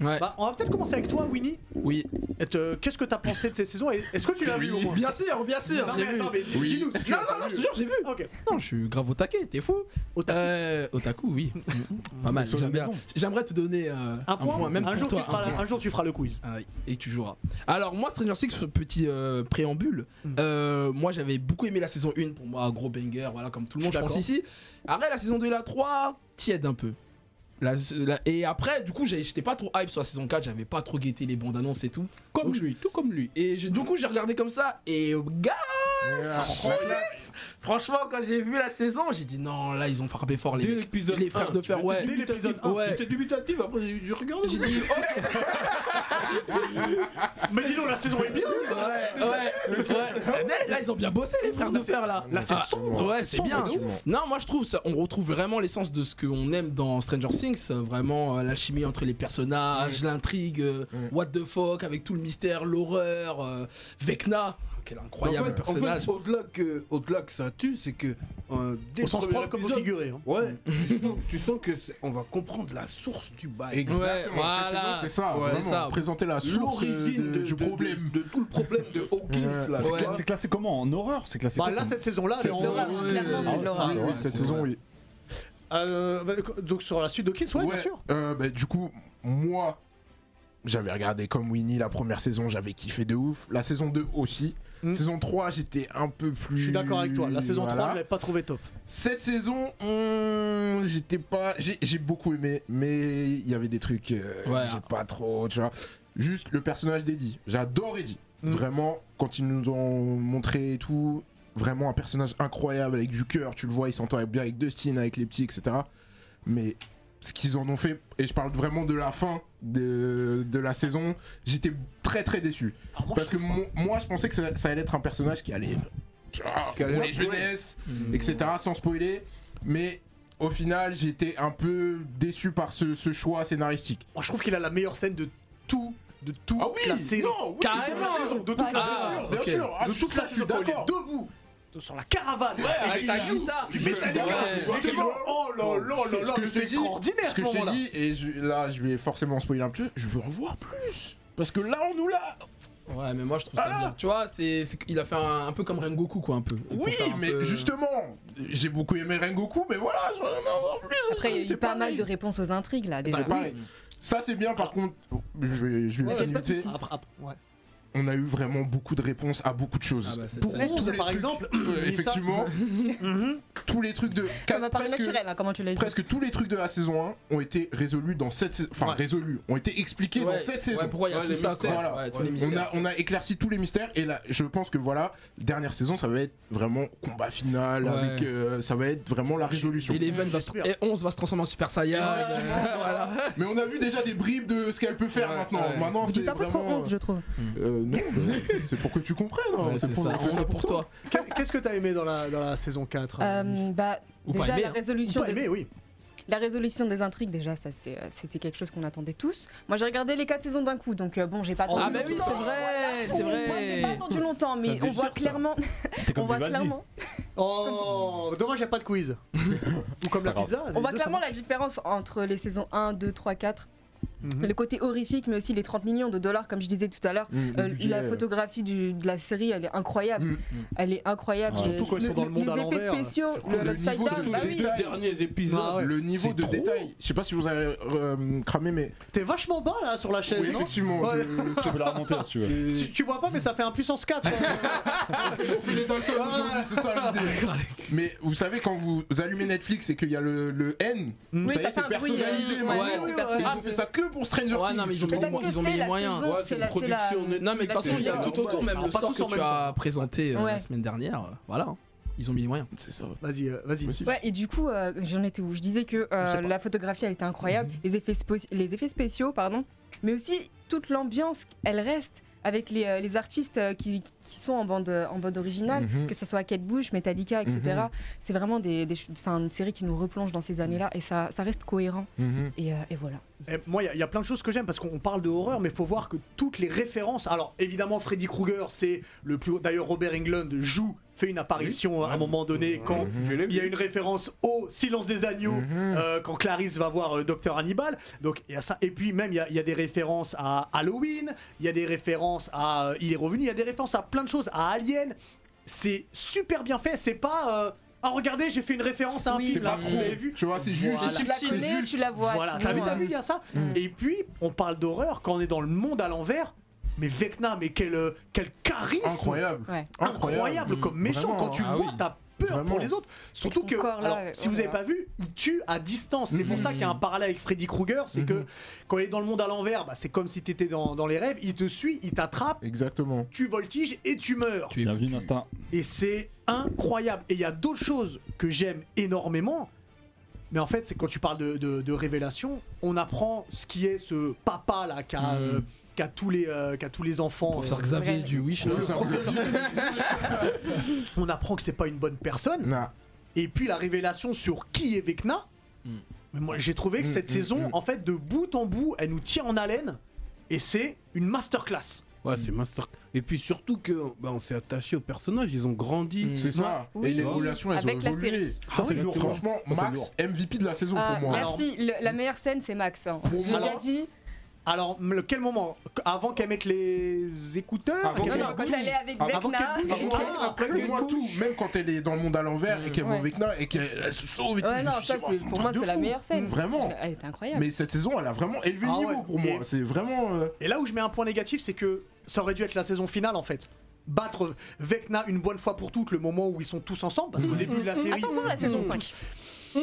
Speaker 3: Ouais.
Speaker 1: Bah, on va peut-être commencer avec toi, Winnie.
Speaker 3: Oui.
Speaker 1: Et te- Qu'est-ce que t'as pensé de ces saisons et Est-ce que tu l'as vu au moins
Speaker 3: Bien sûr, bien sûr,
Speaker 1: Non,
Speaker 3: j'ai
Speaker 1: mais
Speaker 3: vu.
Speaker 1: attends, mais dis- dis-nous si tu
Speaker 3: Non,
Speaker 1: l'as
Speaker 3: non,
Speaker 1: pas
Speaker 3: non,
Speaker 1: vu.
Speaker 3: je te jure, j'ai vu.
Speaker 1: Ok.
Speaker 3: Non, je suis grave au taquet, t'es fou.
Speaker 1: Otaku.
Speaker 3: Euh, otaku, oui. Pas mal,
Speaker 6: Sur la
Speaker 3: j'aime bien.
Speaker 6: maison.
Speaker 3: J'aimerais te donner euh,
Speaker 1: Un point,
Speaker 3: même pour
Speaker 1: jour
Speaker 3: toi.
Speaker 1: tu feras
Speaker 3: un
Speaker 1: la-
Speaker 3: point.
Speaker 1: un jour tu feras le quiz.
Speaker 3: Ah oui, et tu joueras. Alors moi Stranger Things, ce petit euh, préambule, euh, moi j'avais beaucoup aimé la saison 1 pour moi, un gros banger, voilà comme tout le monde je
Speaker 1: Je suis
Speaker 3: pense ici. Après la saison 2 et la 3, tiède un peu. La- la- et après du coup j'ai- j'étais pas trop hype sur la saison 4, j'avais pas trop guetté les bandes annonces et tout.
Speaker 2: Comme
Speaker 3: Donc,
Speaker 2: lui, tout comme lui.
Speaker 3: Et j'ai- du coup j'ai regardé comme ça et gars, franchement quand j'ai vu la saison j'ai dit non là ils ont frappé fort les
Speaker 2: Dès
Speaker 3: mecs.
Speaker 2: l'épisode
Speaker 3: les frères
Speaker 2: 1,
Speaker 3: de fer
Speaker 2: j'étais
Speaker 3: ouais.
Speaker 1: Dès l'épisode
Speaker 2: Ah,
Speaker 1: 1.
Speaker 3: Ouais.
Speaker 2: J'étais dubitatif, après j'ai dû regarder.
Speaker 3: J'ai dit ok
Speaker 1: Mais dis donc, la saison est bien.
Speaker 3: ouais ouais ouais. Mais là ils ont bien bossé les frères de fer là.
Speaker 1: Là, c'est
Speaker 3: Ah,
Speaker 1: sombre.
Speaker 3: ouais,
Speaker 1: c'est
Speaker 3: c'est bien.
Speaker 1: sombre de ouf.
Speaker 3: Non, moi je trouve ça, on retrouve vraiment l'essence de ce qu'on aime dans Stranger Things, euh, vraiment euh, l'alchimie entre les personnages, l'intrigue, euh,
Speaker 4: Ouais.
Speaker 3: what the fuck avec tout le mystère, l'horreur, euh, Vecna, Oh, quel incroyable
Speaker 2: en fait, en
Speaker 3: personnage.
Speaker 2: fait, au-delà que, au-delà que ça tue, c'est que euh, dès
Speaker 1: On
Speaker 2: le
Speaker 1: s'en
Speaker 2: premier
Speaker 1: prend comme au
Speaker 2: épisode,
Speaker 1: figuré. hein.
Speaker 2: Ouais, tu sens, tu sens que c'est- on va comprendre la source du bail.
Speaker 4: Exactement.
Speaker 3: Ouais,
Speaker 4: Cette
Speaker 3: voilà.
Speaker 4: saison, c'était ça.
Speaker 3: Ouais,
Speaker 4: vraiment,
Speaker 3: c'est ça.
Speaker 4: Présenter la source euh,
Speaker 2: L'origine
Speaker 4: de-
Speaker 2: de-
Speaker 4: du
Speaker 2: de- de-
Speaker 4: problème.
Speaker 2: de, tout le problème de Hawkins
Speaker 4: Ouais.
Speaker 2: là.
Speaker 3: Ouais.
Speaker 2: tu vois.
Speaker 6: C'est classé comment En horreur C'est classé
Speaker 1: Bah
Speaker 6: comment
Speaker 1: là cette saison là,
Speaker 3: Cette saison,
Speaker 5: l'horreur,
Speaker 3: oui,
Speaker 5: clairement,
Speaker 3: oui,
Speaker 5: c'est de
Speaker 3: oui,
Speaker 1: Ah,
Speaker 5: l'horreur.
Speaker 3: oui, oui,
Speaker 4: Cette
Speaker 3: c'est
Speaker 4: saison,
Speaker 3: vrai.
Speaker 4: Ah, oui.
Speaker 1: Euh, donc sur la suite de Kids, ouais, bien sûr.
Speaker 4: Euh, bah, du coup, moi, j'avais regardé comme Winnie la première saison, j'avais kiffé de ouf. La saison 2 aussi.
Speaker 1: Mm.
Speaker 4: Saison 3, j'étais un peu plus.
Speaker 1: Je suis d'accord avec toi. La saison 3, je
Speaker 4: Voilà.
Speaker 1: l'avais pas trouvé top.
Speaker 4: Cette saison, hmm, j'étais pas. J'ai j'ai beaucoup aimé, mais il y avait des trucs. euh,
Speaker 3: Ouais.
Speaker 4: J'ai pas trop, tu vois. Juste le personnage d'Eddie. J'adore Eddie.
Speaker 1: Mm.
Speaker 4: Vraiment, quand ils nous ont montré et tout, vraiment un personnage incroyable avec du cœur. Tu le vois, il s'entend bien avec Dustin, avec les petits, etc. Mais ce qu'ils en ont fait, et je parle vraiment de la fin de, de la saison, j'étais très très déçu.
Speaker 1: Alors moi,
Speaker 4: Parce
Speaker 1: je
Speaker 4: que
Speaker 1: trouve pas.
Speaker 4: mon- moi, je pensais que ça, ça allait être un personnage qui allait. Tu vois,
Speaker 2: Qui allait
Speaker 4: rouler
Speaker 2: la jouer.
Speaker 4: jeunesse,
Speaker 3: Mm.
Speaker 4: etc. Sans spoiler. Mais au final, j'étais un peu déçu par ce, ce choix scénaristique.
Speaker 1: Moi, je trouve qu'il a la meilleure scène de tout, de tout
Speaker 4: Ah oui,
Speaker 1: la série.
Speaker 4: non, oui,
Speaker 3: Carrément.
Speaker 1: De toute la
Speaker 3: Ah,
Speaker 1: saison,
Speaker 3: ok.
Speaker 1: bien sûr.
Speaker 2: Ah,
Speaker 1: De
Speaker 2: je-
Speaker 1: toute
Speaker 2: ça,
Speaker 1: la
Speaker 2: je
Speaker 1: saison,
Speaker 2: suis
Speaker 1: quand il est
Speaker 2: d'accord.
Speaker 1: debout de- sur la caravane.
Speaker 3: Avec sa guitare.
Speaker 1: Il met sa
Speaker 3: Ouais.
Speaker 1: guitare. Justement, Oh là là là là,
Speaker 4: Ce que
Speaker 1: mais
Speaker 4: je te
Speaker 1: c'est
Speaker 4: dis-
Speaker 1: extraordinaire
Speaker 4: Ce que
Speaker 1: ce
Speaker 4: je t'ai
Speaker 1: moment-là.
Speaker 4: dit, et je- là, je vais forcément spoiler un peu, je veux en voir plus. Parce que là, on nous l'a.
Speaker 3: Ouais, mais moi je trouve ça bien. Tu vois, c'est, c'est- il a fait un, un peu comme Rengoku quoi un peu. Pour
Speaker 4: Oui,
Speaker 3: faire un
Speaker 4: mais
Speaker 3: peu- euh,
Speaker 4: justement, j'ai beaucoup aimé Rengoku, mais voilà, je veux en voir plus.
Speaker 5: Après, il y a
Speaker 4: C'est Bah
Speaker 5: eu pas mal
Speaker 4: pareil.
Speaker 5: de réponses aux intrigues là.
Speaker 4: C'est
Speaker 5: Déjà.
Speaker 3: Ah
Speaker 4: pareil. Ça, c'est bien, par contre, je vais, je vais
Speaker 1: Ouais,
Speaker 4: limiter.
Speaker 1: après, après, Ah, ouais.
Speaker 4: On a eu vraiment beaucoup de réponses à beaucoup de choses.
Speaker 3: Ah bah, cette
Speaker 1: Pour
Speaker 3: scène.
Speaker 1: Rose,
Speaker 4: les
Speaker 1: par
Speaker 4: trucs,
Speaker 1: exemple,
Speaker 4: euh,
Speaker 1: Mélissa-
Speaker 4: effectivement,
Speaker 1: Mhm.
Speaker 4: tous les trucs de
Speaker 5: Ça m'a paru
Speaker 4: presque-
Speaker 5: naturel, hein, comment tu l'as dit.
Speaker 4: presque tous les trucs de la saison 1 ont été résolus dans cette saison. Enfin,
Speaker 1: Ouais.
Speaker 4: résolus, ont été expliqués
Speaker 3: Ouais,
Speaker 4: dans cette saison.
Speaker 3: ouais, pourquoi il y a
Speaker 2: Ouais,
Speaker 3: tout
Speaker 2: les
Speaker 3: ça quoi.
Speaker 2: mystères,
Speaker 4: voilà.
Speaker 3: Ouais, tous les
Speaker 4: on,
Speaker 3: mystères.
Speaker 4: a, on a éclairci tous les mystères et là, je pense que voilà, dernière saison, ça va être vraiment combat final.
Speaker 3: Ouais.
Speaker 4: Avec, euh, ça va être vraiment la résolution.
Speaker 3: Et Eleven va se-
Speaker 1: J'espère.
Speaker 3: et 11 va se transformer en Super Saiyan.
Speaker 1: Ouais,
Speaker 3: Voilà.
Speaker 4: Mais on a vu déjà des bribes de ce qu'elle peut faire
Speaker 3: Ouais,
Speaker 4: maintenant.
Speaker 3: ouais,
Speaker 4: maintenant,
Speaker 5: Mais
Speaker 4: c'est
Speaker 5: tu t'en pas trop
Speaker 4: vraiment-
Speaker 5: 11, je trouve.
Speaker 4: Euh, non, mais c'est pour que tu comprennes. hein,
Speaker 3: Ouais,
Speaker 4: c'est
Speaker 3: c'est
Speaker 4: pour,
Speaker 3: ça.
Speaker 4: on fait
Speaker 3: On est pour toi.
Speaker 1: Qu'est- Qu'est-ce que t'as aimé dans la, dans la saison 4
Speaker 5: Euh,
Speaker 1: Mélissa
Speaker 5: bah,
Speaker 3: Ou pas
Speaker 5: déjà,
Speaker 3: aimé,
Speaker 5: la
Speaker 3: hein.
Speaker 5: résolution
Speaker 1: Pas
Speaker 5: des-
Speaker 1: aimé, oui.
Speaker 5: La résolution des intrigues, déjà, ça c'est, euh, c'était quelque chose qu'on attendait tous. Moi, j'ai regardé les quatre saisons d'un coup, donc euh, bon, j'ai pas.
Speaker 3: Ah
Speaker 5: attendu
Speaker 3: bah oui,
Speaker 5: longtemps.
Speaker 3: c'est vrai, c'est
Speaker 5: Moi, J'ai
Speaker 3: vrai.
Speaker 5: pas attendu longtemps, mais on
Speaker 2: déchire,
Speaker 5: voit
Speaker 2: ça.
Speaker 5: clairement,
Speaker 6: T'es comme
Speaker 5: on voit
Speaker 6: Vivaldi.
Speaker 5: clairement,
Speaker 1: Oh, dommage, y a pas de quiz. Ou comme
Speaker 6: pas
Speaker 1: la
Speaker 6: grave.
Speaker 1: pizza. les
Speaker 5: on voit
Speaker 1: deux,
Speaker 5: clairement
Speaker 1: ça
Speaker 5: la différence entre les saisons 1, 2, 3, 4.
Speaker 1: marche. Mhm.
Speaker 5: Le côté horrifique, mais aussi les 30 millions de dollars, comme je disais tout à l'heure.
Speaker 4: Mm, le
Speaker 5: Euh,
Speaker 4: budget,
Speaker 5: la
Speaker 4: euh,
Speaker 5: photographie du- de la série, elle est incroyable.
Speaker 4: Mm.
Speaker 5: Elle est incroyable.
Speaker 6: Ouais.
Speaker 5: Le-
Speaker 1: Surtout quand ils sont
Speaker 5: le-
Speaker 1: dans le monde
Speaker 5: les
Speaker 1: à
Speaker 5: effets
Speaker 1: l'envers.
Speaker 5: spéciaux,
Speaker 4: le
Speaker 5: le upside
Speaker 4: niveau de
Speaker 5: down,
Speaker 4: tous
Speaker 5: bah
Speaker 4: les
Speaker 5: oui.
Speaker 4: détails.
Speaker 2: Derniers épisodes.
Speaker 1: Ah ouais.
Speaker 4: Le niveau
Speaker 2: C'est
Speaker 4: de
Speaker 2: trop.
Speaker 4: détail, je sais pas si vous avez euh, cramé, mais
Speaker 1: T'es vachement bas là sur la chaise,
Speaker 4: Oui,
Speaker 1: non
Speaker 4: effectivement,
Speaker 1: Ouais.
Speaker 4: je-
Speaker 6: Tu peux la remonter si tu veux.
Speaker 1: Si tu vois pas, mais ça fait un puissance hein. 4.
Speaker 4: on fait les daltons aujourd'hui, c'est ça l'idée. Ah. Mais vous savez, quand vous allumez Netflix et qu'il y a le, le N,
Speaker 1: Mm.
Speaker 4: vous
Speaker 5: Oui,
Speaker 4: savez,
Speaker 5: ça fait
Speaker 4: c'est
Speaker 5: un bruit,
Speaker 4: personnalisé.
Speaker 5: euh,
Speaker 4: maintenant.
Speaker 3: ouais,
Speaker 5: oui,
Speaker 4: Et
Speaker 5: oui, oui.
Speaker 4: Ils ont fait ça que pour Stranger
Speaker 3: Ouais,
Speaker 4: Things.
Speaker 3: non, mais ils ont mis les
Speaker 5: Peut-être
Speaker 3: moyens.
Speaker 5: que
Speaker 3: Ils ont mis
Speaker 5: c'est
Speaker 3: les
Speaker 5: la
Speaker 3: moyens.
Speaker 5: saison,
Speaker 2: Ouais,
Speaker 5: c'est
Speaker 2: c'est
Speaker 5: la-
Speaker 2: une
Speaker 5: c'est la-
Speaker 2: production Netflix.
Speaker 3: Non mais de toute façon il y a
Speaker 4: C'est ça.
Speaker 3: tout autour, même
Speaker 1: Alors,
Speaker 3: le
Speaker 1: pas
Speaker 3: store
Speaker 1: tous en
Speaker 3: que tu
Speaker 1: même
Speaker 3: as présenté euh,
Speaker 5: Ouais.
Speaker 3: la semaine dernière, euh, voilà. Ils ont mis les moyens.
Speaker 4: C'est ça.
Speaker 1: Vas-y, euh, vas-y.
Speaker 4: Vas-y.
Speaker 5: Ouais, et du coup, euh, j'en étais où Je disais que euh,
Speaker 1: On sait pas.
Speaker 5: la photographie, elle était incroyable,
Speaker 3: Mhm.
Speaker 5: les, effets spo- les effets spéciaux, pardon, mais aussi toute l'ambiance, elle reste avec les, euh, les artistes euh, qui, qui sont en bande, en bande originale,
Speaker 4: Mhm.
Speaker 5: que ce soit Kate Bush, Metallica, etc.
Speaker 4: Mhm.
Speaker 5: C'est vraiment des, des ch- enfin, une série qui nous replonge dans ces années-là et ça, ça reste cohérent.
Speaker 4: Mhm.
Speaker 5: Et, euh, et voilà.
Speaker 1: Eh, moi, il y a- il y, a plein de choses que j'aime parce qu'on on parle de horreur, mais faut voir que toutes les références. Alors, évidemment, Freddy Krueger, c'est le plus. D'ailleurs, Robert Englund joue, fait une apparition hein, à un moment donné quand il y a une référence au Silence des agneaux.
Speaker 4: Mhm.
Speaker 1: euh, quand Clarisse va voir Docteur Hannibal, donc il y a ça. Et puis même il y a- il y, a des références à Halloween, il y a des références à euh, Il est revenu, il y a des références à plein de choses, à Alien. C'est super bien fait. C'est pas euh, ah regardez j'ai fait une référence à un
Speaker 5: Oui,
Speaker 1: film
Speaker 5: oui,
Speaker 1: là,
Speaker 5: oui.
Speaker 1: vous avez vu
Speaker 4: Tu vois, c'est juste.
Speaker 1: Voilà.
Speaker 5: Si tu la
Speaker 4: c'est
Speaker 5: connais,
Speaker 4: juste-
Speaker 5: tu la vois.
Speaker 1: voilà,
Speaker 5: sinon,
Speaker 1: t'as vu, t'as
Speaker 5: euh,
Speaker 1: vu, il y a ça.
Speaker 5: Mm.
Speaker 1: Et puis, on parle d'horreur quand on est dans le monde à l'envers. Mais Vecna, mais quel, euh, quel charisme
Speaker 4: Incroyable.
Speaker 5: Ouais.
Speaker 1: incroyable,
Speaker 3: Mm.
Speaker 1: comme méchant.
Speaker 4: Vraiment,
Speaker 1: quand tu le
Speaker 4: ah
Speaker 1: vois,
Speaker 4: oui.
Speaker 1: t'as peur
Speaker 4: Vraiment.
Speaker 1: pour les autres. Surtout
Speaker 5: son
Speaker 1: que,
Speaker 5: corps, là,
Speaker 1: alors,
Speaker 5: ouais,
Speaker 1: si vous n'avez
Speaker 5: ouais.
Speaker 1: pas vu, il tue à distance. C'est pour
Speaker 3: Mm.
Speaker 1: ça qu'il y a un parallèle avec Freddy Krueger. C'est que
Speaker 4: Mhm.
Speaker 1: quand il est dans le monde à l'envers, bah, c'est comme si t'étais dans, dans les rêves. Il te suit, il t'attrape,
Speaker 4: Exactement.
Speaker 1: tu voltiges et tu meurs.
Speaker 3: Tu es
Speaker 6: Bienvenue
Speaker 3: foutu.
Speaker 6: Nasta.
Speaker 1: Et c'est incroyable. Et il y a d'autres choses que j'aime énormément. Mais en fait, c'est quand tu parles de, de- de révélation, on apprend ce qui est ce papa là qui a,
Speaker 4: Hmm.
Speaker 3: Mm.
Speaker 1: euh, qui a tous, les, euh, qui a tous les enfants.
Speaker 3: Professeur
Speaker 1: euh,
Speaker 3: Xavier
Speaker 5: Ouais.
Speaker 3: du Wish.
Speaker 4: C'est ça.
Speaker 1: on apprend que c'est pas une bonne personne.
Speaker 4: Nah.
Speaker 1: Et puis la révélation sur qui est Vecna.
Speaker 3: Mm.
Speaker 4: Hmm.
Speaker 1: Mais moi, j'ai trouvé que
Speaker 4: Mm,
Speaker 1: cette
Speaker 4: mm,
Speaker 1: saison,
Speaker 4: mm.
Speaker 1: en fait, de bout en bout, elle nous tient en haleine. Et c'est une masterclass.
Speaker 2: Ouais, c'est master. Et puis surtout que bah, on s'est attaché aux personnages, ils ont grandi.
Speaker 3: Mm.
Speaker 4: C'est ça.
Speaker 5: Mmh. Oui.
Speaker 4: Et les évolutions, elles
Speaker 5: Avec
Speaker 4: ont
Speaker 5: la
Speaker 4: évolué.
Speaker 5: série.
Speaker 6: Ça, c'est lourd.
Speaker 4: Franchement,
Speaker 6: Ça, c'est
Speaker 4: Max,
Speaker 6: lourd.
Speaker 4: MVP de la saison
Speaker 5: Ah,
Speaker 4: pour moi.
Speaker 1: Alors-
Speaker 5: merci, Le- la meilleure scène c'est Max. hein.
Speaker 1: Pour
Speaker 5: J'ai
Speaker 1: moi-
Speaker 5: déjà dit.
Speaker 1: Alors, le- quel moment Avant qu'elle mette les écouteurs
Speaker 4: Avant
Speaker 1: Quel
Speaker 5: Non,
Speaker 4: qu'elle
Speaker 1: moment
Speaker 5: non, quand
Speaker 4: bouge.
Speaker 5: elle est avec
Speaker 4: Avant
Speaker 5: Vecna.
Speaker 1: qu'elle bouge.
Speaker 5: et
Speaker 4: Avant
Speaker 5: que-
Speaker 4: qu'elle- après qu'elle voit tout, même quand elle est dans le monde à l'envers et qu'elle va
Speaker 5: Ah, Ouais.
Speaker 4: au Vecna et qu'elle elle se sauve et tout,
Speaker 5: Ouais,
Speaker 4: je
Speaker 5: non,
Speaker 4: me suis
Speaker 5: ça
Speaker 4: dit, oh,
Speaker 5: c'est
Speaker 4: un
Speaker 5: pour
Speaker 4: truc
Speaker 5: moi
Speaker 4: de
Speaker 5: c'est la
Speaker 4: fou.
Speaker 5: meilleure scène.
Speaker 4: Vraiment.
Speaker 5: Elle est incroyable.
Speaker 4: Mais cette saison, elle a vraiment élevé
Speaker 1: Ah
Speaker 4: le niveau
Speaker 1: ouais.
Speaker 4: pour moi.
Speaker 1: Et-
Speaker 4: C'est vraiment. euh,
Speaker 1: Et là où je mets un point négatif, c'est que ça aurait dû être la saison finale en fait. Battre Vecna une bonne fois pour toutes, le moment où ils sont tous ensemble, parce qu'au début de la série.
Speaker 5: Mm, Attends voir la
Speaker 1: ils
Speaker 5: saison
Speaker 1: sont
Speaker 5: 5.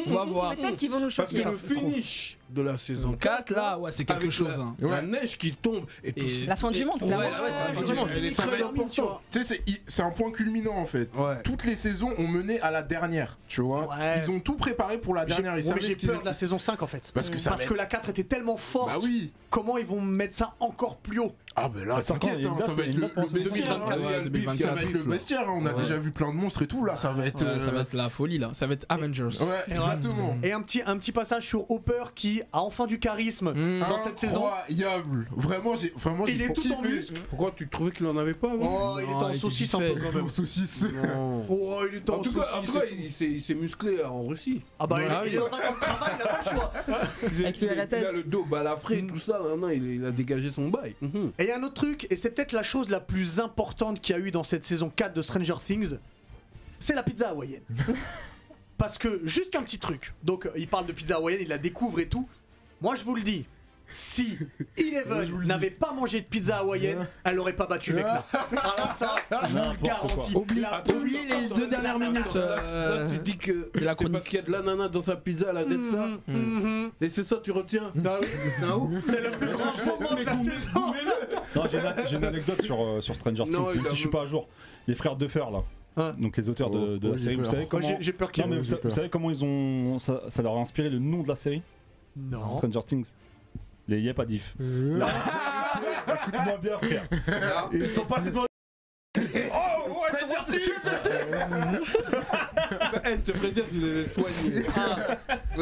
Speaker 3: On va voir.
Speaker 5: Peut-être qu'ils vont nous
Speaker 2: Parce que
Speaker 5: choquer.
Speaker 2: le finish de la saison
Speaker 3: Saison 4 là, ouais, c'est quelque
Speaker 2: Avec
Speaker 3: chose.
Speaker 2: la-
Speaker 3: hein.
Speaker 2: La neige qui tombe et tout.
Speaker 3: Et-
Speaker 5: La fin du
Speaker 3: et-
Speaker 5: monde,
Speaker 3: Ouais,
Speaker 5: clairement.
Speaker 3: ouais, c'est la fin du
Speaker 4: Ouais,
Speaker 3: monde.
Speaker 4: elle est
Speaker 2: très
Speaker 1: Très
Speaker 2: importante.
Speaker 1: tu vois.
Speaker 4: Tu sais, c'est- il- c'est un point culminant en fait.
Speaker 2: Ouais.
Speaker 4: Toutes les saisons ont mené à la dernière, tu vois.
Speaker 1: Ouais.
Speaker 4: Ils ont tout préparé pour la
Speaker 1: J'ai-
Speaker 4: dernière.
Speaker 1: ouais,
Speaker 4: Ils
Speaker 1: mais
Speaker 4: savaient
Speaker 1: J'ai
Speaker 4: ce qu'ils
Speaker 1: peur de la
Speaker 4: allaient-
Speaker 1: saison 5 en fait.
Speaker 4: Parce que ça
Speaker 1: Parce
Speaker 4: va
Speaker 1: que
Speaker 4: être-
Speaker 1: la 4 était tellement forte.
Speaker 4: Bah oui.
Speaker 1: Comment ils vont mettre ça encore plus haut
Speaker 4: Ah ben
Speaker 1: Bah,
Speaker 4: là,
Speaker 6: Attends,
Speaker 4: t'inquiète,
Speaker 6: il y a une
Speaker 4: hein,
Speaker 6: date,
Speaker 4: ça va être
Speaker 6: il
Speaker 4: le,
Speaker 6: y a une
Speaker 4: le
Speaker 6: date pour la
Speaker 4: bestiaire.
Speaker 6: saison
Speaker 4: hein.
Speaker 3: quatre. Ouais,
Speaker 4: Le bif, Ça
Speaker 3: 2024,
Speaker 4: va être le
Speaker 6: trifle.
Speaker 4: bestiaire. hein. On a
Speaker 3: Ouais.
Speaker 4: déjà vu plein de monstres et tout. Là, ça va être.
Speaker 3: Ouais, Ça
Speaker 4: euh,
Speaker 3: va être la folie là, ça va être Avengers.
Speaker 4: Ouais,
Speaker 1: Et
Speaker 4: exactement.
Speaker 1: Et un petit, un petit passage sur Hopper qui a enfin du charisme
Speaker 3: Mm.
Speaker 1: dans cette saison.
Speaker 4: Incroyable. Vraiment, j'ai vraiment
Speaker 1: Il
Speaker 4: j'ai
Speaker 1: est tout en
Speaker 4: kiffé.
Speaker 1: muscle.
Speaker 2: Pourquoi tu trouvais qu'il en avait pas avant
Speaker 1: Oh, il est
Speaker 3: Non, il
Speaker 1: en
Speaker 3: était
Speaker 1: saucisse
Speaker 3: vite
Speaker 1: un peu
Speaker 3: fait.
Speaker 1: quand même.
Speaker 4: Aux saucisses.
Speaker 2: Non.
Speaker 1: Oh, il est en,
Speaker 2: En tout cas, en
Speaker 1: saucisse.
Speaker 2: tout cas, il s'est- il s'est musclé hein, en Russie.
Speaker 1: Ah bah, il-
Speaker 3: Ah
Speaker 1: il
Speaker 3: oui.
Speaker 1: est dans un camp de travail, il a pas le choix.
Speaker 5: Avec
Speaker 2: il, a,
Speaker 5: l'URSS.
Speaker 2: il a le dos balafré
Speaker 3: Mm.
Speaker 2: et tout ça. Non, non, il, il a dégagé son bail. Mhm.
Speaker 1: Et il y a un autre truc, et c'est peut-être la chose la plus importante qu'il y a eu dans cette saison 4 de Stranger Things, c'est la pizza hawaïenne. Parce que, juste un petit truc, donc euh, il parle de pizza hawaïenne, il la découvre et tout. Moi je vous le dis, si Eleven n'avait pas mangé de pizza hawaïenne, elle aurait pas battu Vecna. Alors ça, je vous le
Speaker 6: N'importe
Speaker 1: garantis.
Speaker 3: Oublie,
Speaker 1: La
Speaker 3: oubliez les deux dernières minutes.
Speaker 2: Là, tu
Speaker 3: euh,
Speaker 2: dis que
Speaker 3: de la
Speaker 2: c'est
Speaker 3: chronique. Mm-hmm.
Speaker 2: parce qu'il y a de l'ananas dans sa pizza, elle a d'être ça. Mm.
Speaker 1: Mhm, mhm.
Speaker 2: Et c'est ça, tu retiens
Speaker 3: Mm.
Speaker 2: Ah oui, C'est un ouf.
Speaker 1: C'est le plus grand moment de la saison.
Speaker 6: Non, j'ai une- j'ai une anecdote sur, euh, sur Stranger
Speaker 2: Non,
Speaker 6: Things, même
Speaker 2: il a-
Speaker 6: si je suis pas à jour. Les frères Duffer, là.
Speaker 1: Hein.
Speaker 6: Donc les auteurs de, de
Speaker 4: Oh,
Speaker 6: la
Speaker 4: j'ai
Speaker 6: série, vous
Speaker 4: peur.
Speaker 6: savez
Speaker 1: Oh,
Speaker 6: comment.
Speaker 1: j'ai- J'ai peur qu'il
Speaker 6: Non, mais vous,
Speaker 4: j'ai
Speaker 6: sa- vous
Speaker 4: peur.
Speaker 6: savez comment ils ont. Ça, ça leur a inspiré le nom de la série
Speaker 1: Non. Euh.
Speaker 6: Stranger Things Les Yep à Diff. Là. Écoute moi bien, frère.
Speaker 2: Ils sont passés devant.
Speaker 1: Oh,
Speaker 2: Eh, je devrais dire qu'ils les soignés. Là,
Speaker 1: Ah.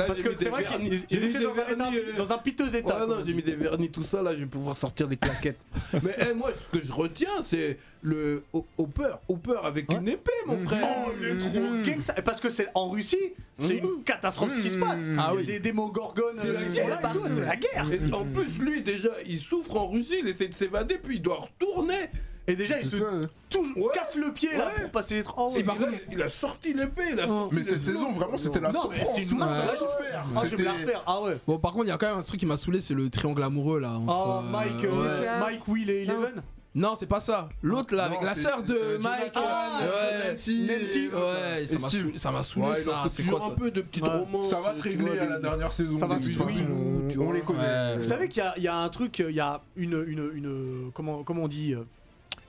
Speaker 1: Parce
Speaker 2: j'ai
Speaker 1: que
Speaker 2: mis
Speaker 1: c'est
Speaker 2: des
Speaker 1: vrai
Speaker 2: vernis.
Speaker 1: qu'ils
Speaker 2: J'ai
Speaker 1: ils
Speaker 2: mis
Speaker 1: étaient
Speaker 2: des
Speaker 1: dans un,
Speaker 2: vernis,
Speaker 1: état-
Speaker 2: euh,
Speaker 1: dans un piteux état.
Speaker 2: Ouais,
Speaker 1: comme
Speaker 2: non,
Speaker 1: on
Speaker 2: j'ai
Speaker 1: dit.
Speaker 2: mis des vernis, tout ça, là, je vais pouvoir sortir des claquettes. Mais eh, moi, ce que je retiens, c'est le ho- Hopper. Hopper avec une épée, mon
Speaker 3: Mm.
Speaker 2: frère.
Speaker 1: Oh, il est trop gay, ça- Parce que c'est en Russie, c'est
Speaker 2: Mmh.
Speaker 1: une catastrophe ce qui se passe.
Speaker 3: Ah
Speaker 1: Il y a
Speaker 3: oui.
Speaker 1: Des démogorgones,
Speaker 2: C'est la
Speaker 1: euh, qui
Speaker 2: guerre
Speaker 1: sont là et
Speaker 2: partout.
Speaker 1: tout, c'est la guerre.
Speaker 2: Et en plus, lui, déjà, il souffre en Russie, il essaie de s'évader, puis il doit retourner.
Speaker 1: Et déjà, ils
Speaker 4: C'est
Speaker 1: se
Speaker 4: ça.
Speaker 1: tou-
Speaker 2: Ouais.
Speaker 1: cassent le pied là
Speaker 2: Ouais.
Speaker 1: pour passer les trois.
Speaker 3: C'est
Speaker 1: Oh,
Speaker 3: par
Speaker 2: Il a,
Speaker 3: contre.
Speaker 2: il a sorti l'épée, il a sorti
Speaker 4: Mais
Speaker 2: le
Speaker 4: cette saison,
Speaker 2: flingue.
Speaker 4: vraiment, c'était la
Speaker 1: Non, mais
Speaker 4: souffrance.
Speaker 1: c'est une
Speaker 4: Tout le monde
Speaker 1: masse-
Speaker 4: l'a
Speaker 1: Ouais.
Speaker 4: souffert.
Speaker 1: Ah, je vais me la
Speaker 4: C'était-
Speaker 1: refaire. Ah ouais.
Speaker 3: Bon, par contre, il y a quand même un truc qui m'a saoulé, c'est le triangle amoureux là. Entre,
Speaker 1: Oh,
Speaker 3: euh,
Speaker 1: Mike, euh,
Speaker 3: ouais.
Speaker 1: Mike, Will et
Speaker 5: Non.
Speaker 1: Eleven.
Speaker 3: Non, c'est pas ça. L'autre là, avec
Speaker 4: Non,
Speaker 3: la
Speaker 4: c'est-
Speaker 3: sœur de
Speaker 4: euh,
Speaker 3: Mike.
Speaker 4: Jonathan, euh,
Speaker 3: ouais.
Speaker 4: Nancy,
Speaker 1: Nancy,
Speaker 3: Ouais,
Speaker 4: et
Speaker 3: ça m'a
Speaker 4: Steve.
Speaker 3: saoulé, ça m'a saoulé,
Speaker 2: Ouais, il
Speaker 3: ça.
Speaker 2: en fait
Speaker 3: C'est quoi
Speaker 2: toujours
Speaker 3: ça
Speaker 2: un peu de petites
Speaker 1: Ouais.
Speaker 2: romances.
Speaker 4: Ça va se
Speaker 2: tu
Speaker 4: régler
Speaker 2: vois,
Speaker 4: à
Speaker 2: des-
Speaker 4: la dernière saison.
Speaker 1: Ça va
Speaker 4: de
Speaker 1: se
Speaker 4: toute
Speaker 1: régler.
Speaker 4: façon, on-
Speaker 2: Tu
Speaker 4: On les
Speaker 2: vois.
Speaker 4: connaît.
Speaker 3: Ouais.
Speaker 1: Vous savez qu'il y a- il y, a un truc, il y a une. une, une comment, comment on dit euh,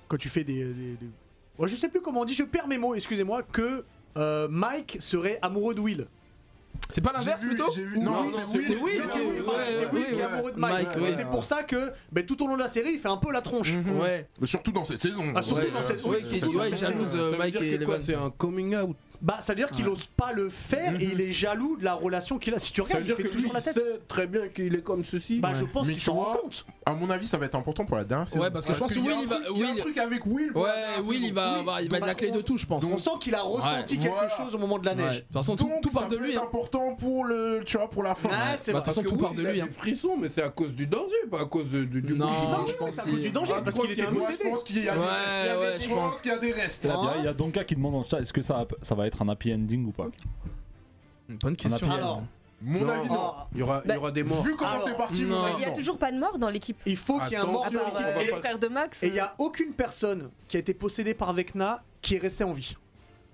Speaker 1: Quand tu fais des. des- des- Ouais, je sais plus comment on dit, je perds mes mots, excusez-moi, que euh, Mike serait amoureux de Will.
Speaker 3: C'est pas l'inverse
Speaker 4: J'ai vu-
Speaker 3: plutôt
Speaker 4: j'ai vu- Non,
Speaker 1: Oui,
Speaker 4: non,
Speaker 1: c'est
Speaker 3: C'est
Speaker 1: Will.
Speaker 3: oui,
Speaker 1: Non,
Speaker 3: ok,
Speaker 1: oui,
Speaker 3: ouais,
Speaker 1: pardon, c'est
Speaker 3: ouais,
Speaker 1: Will qui est
Speaker 3: ouais.
Speaker 1: amoureux de Mike.
Speaker 3: Mike, ouais.
Speaker 1: C'est pour ça que ben, tout au long de la série, il fait un peu la tronche.
Speaker 3: Ouais,
Speaker 4: Mais surtout dans cette saison.
Speaker 1: Ah, surtout
Speaker 3: ouais,
Speaker 1: dans cette-
Speaker 3: ouais,
Speaker 1: surtout
Speaker 3: qui-
Speaker 1: dans
Speaker 3: ouais,
Speaker 1: cette
Speaker 3: jalouse
Speaker 1: saison.
Speaker 3: euh,
Speaker 2: Ça veut
Speaker 3: Mike
Speaker 2: dire
Speaker 3: et
Speaker 2: que quoi,
Speaker 3: Levan.
Speaker 2: C'est un coming out.
Speaker 1: Bah, ça veut dire qu'il
Speaker 3: Ouais.
Speaker 1: ose pas le faire et il est jaloux de la relation qu'il a. Si tu
Speaker 2: Ça
Speaker 1: regardes,
Speaker 2: veut
Speaker 1: il
Speaker 2: dire
Speaker 1: fait
Speaker 2: que lui,
Speaker 1: toujours la
Speaker 2: il
Speaker 1: tête.
Speaker 2: sait très bien qu'il est comme ceci.
Speaker 1: Bah, je pense
Speaker 4: Mais
Speaker 1: qu'il
Speaker 4: tu
Speaker 1: s'en rend
Speaker 4: vois,
Speaker 1: compte.
Speaker 4: À mon avis, ça va être important pour la dernière saison.
Speaker 3: parce que je pense
Speaker 4: qu'il
Speaker 3: que
Speaker 4: y a
Speaker 3: Will,
Speaker 4: un
Speaker 3: il va-
Speaker 4: truc- Il y a un
Speaker 3: Will-
Speaker 4: truc avec Will. pour la
Speaker 3: Ouais,
Speaker 4: dernière
Speaker 3: Will,
Speaker 4: saison.
Speaker 3: il va,
Speaker 4: Oui.
Speaker 3: va- il va être la
Speaker 1: parce
Speaker 3: clé de
Speaker 1: qu'on-
Speaker 3: tout, je pense.
Speaker 1: On sent qu'il a ressenti quelque
Speaker 4: voilà.
Speaker 1: chose au moment de la
Speaker 3: Ouais.
Speaker 1: neige.
Speaker 3: De toute façon, tout,
Speaker 4: Donc,
Speaker 3: tout part
Speaker 4: ça
Speaker 3: de
Speaker 4: peut
Speaker 3: lui.
Speaker 4: être
Speaker 3: hein.
Speaker 4: important pour le, tu vois, pour la fin.
Speaker 1: Ah, c'est
Speaker 3: Bah,
Speaker 1: vrai.
Speaker 3: de toute façon,
Speaker 2: Parce
Speaker 3: tout
Speaker 2: que
Speaker 3: part
Speaker 2: oui,
Speaker 3: de
Speaker 2: il a
Speaker 3: lui.
Speaker 2: des
Speaker 3: hein.
Speaker 2: frissons, mais c'est à cause du danger, pas à cause de- du. du-
Speaker 3: Non,
Speaker 1: Non,
Speaker 3: je pense
Speaker 1: c'est à
Speaker 3: qu'il-
Speaker 1: cause du danger,
Speaker 2: Ah,
Speaker 1: parce
Speaker 2: tu crois
Speaker 1: qu'il
Speaker 2: qu'il
Speaker 1: était
Speaker 2: était
Speaker 4: Moi,
Speaker 1: amusé.
Speaker 4: je pense qu'il y a, des-
Speaker 3: Ouais,
Speaker 4: il y a
Speaker 3: ouais, je
Speaker 4: des je
Speaker 3: pense.
Speaker 4: pense qu'il y a des restes.
Speaker 1: Ouais.
Speaker 6: Il y a- il y, a Donka qui demande en chat est-ce que ça, ça va être un happy ending ou pas
Speaker 3: Bonne question.
Speaker 6: appelle
Speaker 3: ça.
Speaker 1: alors.
Speaker 4: Mon
Speaker 2: Non.
Speaker 4: avis, non.
Speaker 1: Ah,
Speaker 2: Il y aura, il y
Speaker 5: Bah,
Speaker 2: aura des morts.
Speaker 4: Vu comment
Speaker 1: Alors,
Speaker 4: c'est parti, mon
Speaker 3: non.
Speaker 4: avis,
Speaker 5: Il y a
Speaker 4: non.
Speaker 5: toujours pas de mort dans l'équipe,
Speaker 1: Il faut Ah, qu'il y ait un
Speaker 2: Attends,
Speaker 1: mort
Speaker 5: à
Speaker 1: sur
Speaker 5: part
Speaker 1: l'équipe.
Speaker 5: euh,
Speaker 1: Et-
Speaker 5: le frère de Max.
Speaker 1: Et il n'y a aucune personne qui a été possédée par Vecna qui est restée en vie.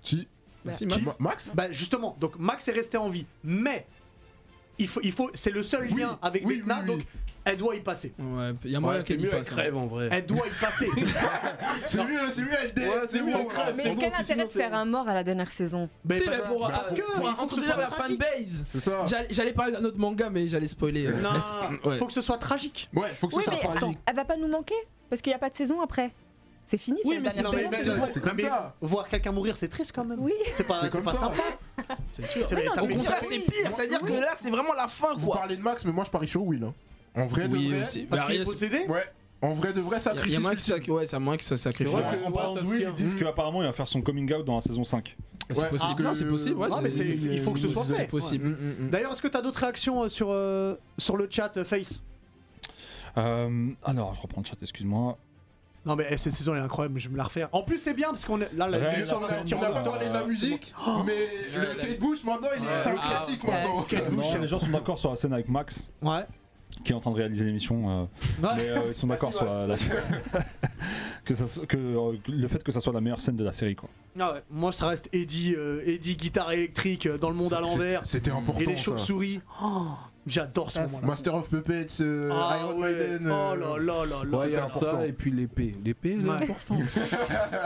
Speaker 4: Qui
Speaker 3: Merci,
Speaker 4: Qui
Speaker 3: Max.
Speaker 4: Ma- Max
Speaker 1: Bah justement, donc Max est resté en vie, mais il faut, il faut, c'est le seul
Speaker 4: Oui,
Speaker 1: lien avec
Speaker 4: oui,
Speaker 1: Vecna,
Speaker 4: oui, oui.
Speaker 1: donc elle doit y passer.
Speaker 3: Ouais, il y a
Speaker 2: Ouais,
Speaker 3: moyen
Speaker 2: c'est
Speaker 3: qu'elle y
Speaker 2: mieux, elle
Speaker 3: passe. hein.
Speaker 2: crève en vrai.
Speaker 1: Elle doit y passer.
Speaker 4: C'est mieux, c'est mieux, LD.
Speaker 2: Ouais,
Speaker 4: c'est
Speaker 2: c'est
Speaker 4: mieux.
Speaker 2: bon,
Speaker 4: encore.
Speaker 2: grave.
Speaker 5: Mais
Speaker 2: C'est bon,
Speaker 5: quel
Speaker 2: sinon,
Speaker 5: intérêt de
Speaker 2: c'est
Speaker 5: faire
Speaker 2: bon.
Speaker 5: un mort à la dernière saison
Speaker 1: Mais
Speaker 3: Si,
Speaker 1: parce-
Speaker 3: mais pour,
Speaker 1: parce
Speaker 3: euh,
Speaker 1: que
Speaker 3: pour
Speaker 1: il faut que ce
Speaker 3: entretenir
Speaker 1: soit
Speaker 3: la
Speaker 1: tragique.
Speaker 3: fanbase.
Speaker 4: C'est ça.
Speaker 3: J'allais j'allais parler d'un autre manga, mais j'allais spoiler. euh,
Speaker 1: Non,
Speaker 3: la- ouais.
Speaker 1: faut que ce soit tragique.
Speaker 4: Ouais, faut que ce
Speaker 5: Oui,
Speaker 4: soit
Speaker 5: mais attends,
Speaker 4: tragique.
Speaker 5: elle va pas nous manquer parce qu'il n'y a pas de saison après. C'est fini,
Speaker 3: Oui,
Speaker 5: c'est
Speaker 3: mais
Speaker 5: la
Speaker 3: c'est
Speaker 5: dernière
Speaker 3: normal,
Speaker 5: saison.
Speaker 4: c'est comme
Speaker 1: mais
Speaker 4: ça.
Speaker 1: Voir quelqu'un mourir, c'est triste quand même.
Speaker 5: Oui.
Speaker 1: C'est pas,
Speaker 4: C'est
Speaker 1: c'est
Speaker 4: comme
Speaker 1: pas
Speaker 4: ça.
Speaker 1: sympa.
Speaker 3: C'est sûr.
Speaker 1: C'est- mais ça
Speaker 3: Au
Speaker 1: fait-
Speaker 3: contraire,
Speaker 1: ça fait-
Speaker 3: c'est pire. C'est-à-dire que là, c'est vraiment la fin,
Speaker 4: Vous
Speaker 3: quoi.
Speaker 4: parlez de Max, mais moi je parie sur Will. hein. En vrai de
Speaker 3: Oui,
Speaker 4: vrai.
Speaker 3: aussi.
Speaker 1: Parce
Speaker 3: Bah,
Speaker 1: qu'il
Speaker 3: rien,
Speaker 1: est
Speaker 3: c'est-
Speaker 1: possédé.
Speaker 4: Ouais. En vrai de vrai, ça
Speaker 3: Il y a- il y a moyen que ça, ouais, c'est à moyen que ça sacrifie.
Speaker 2: C'est vrai
Speaker 3: Ouais.
Speaker 2: que-
Speaker 6: En parlant
Speaker 2: ouais,
Speaker 6: de
Speaker 2: ça
Speaker 6: Will,
Speaker 2: se
Speaker 6: ils disent
Speaker 1: Mm.
Speaker 4: tient.
Speaker 6: qu'à qu'apparemment il va faire son coming out dans la saison 5.
Speaker 3: C'est possible. Non, c'est possible. Ouais,
Speaker 1: Ah, Non, mais c'est- il faut que ce soit fait.
Speaker 3: C'est possible.
Speaker 1: D'ailleurs, est-ce que t'as d'autres réactions euh, sur, euh, sur le chat euh, Face
Speaker 6: Euh, alors, je reprends le chat, excuse-moi.
Speaker 1: Non mais eh, cette saison elle est incroyable, mais je vais me la refaire. En plus c'est bien parce qu'on est là la
Speaker 6: Ouais,
Speaker 1: la-
Speaker 6: là,
Speaker 1: on va
Speaker 6: c'est-
Speaker 1: sortir
Speaker 4: On
Speaker 1: en
Speaker 4: a
Speaker 1: octobre.
Speaker 4: pas parlé de la musique, mais
Speaker 3: Ouais,
Speaker 4: le
Speaker 3: la-
Speaker 4: Kate Bush maintenant, il est- c'est un
Speaker 3: Ouais.
Speaker 4: classique
Speaker 5: Ah,
Speaker 4: maintenant.
Speaker 1: Kate Bush.
Speaker 6: Non, les gens sont d'accord sur la scène avec Max
Speaker 1: Ouais.
Speaker 6: qui est en train de réaliser l'émission. euh,
Speaker 1: Ouais.
Speaker 6: mais euh, ils sont d'accord sur la, la- que, ça so- que, euh, que le fait que ça soit la meilleure scène de la série. Quoi.
Speaker 1: Ah ouais, Moi ça reste Eddie, euh, Eddie guitare électrique euh, dans le monde à l'envers.
Speaker 4: C'était important.
Speaker 1: Et les
Speaker 4: ça.
Speaker 1: chauves-souris. Oh, J'adore ce moment-là.
Speaker 4: Master of Puppets, euh,
Speaker 1: Ah
Speaker 4: Iron
Speaker 1: ouais. Oh
Speaker 4: Maiden. euh,
Speaker 1: là là là là.
Speaker 2: Ouais, il y a
Speaker 1: C'était important.
Speaker 2: ça, et puis l'épée. L'épée, elle est
Speaker 1: Ouais.
Speaker 2: importante.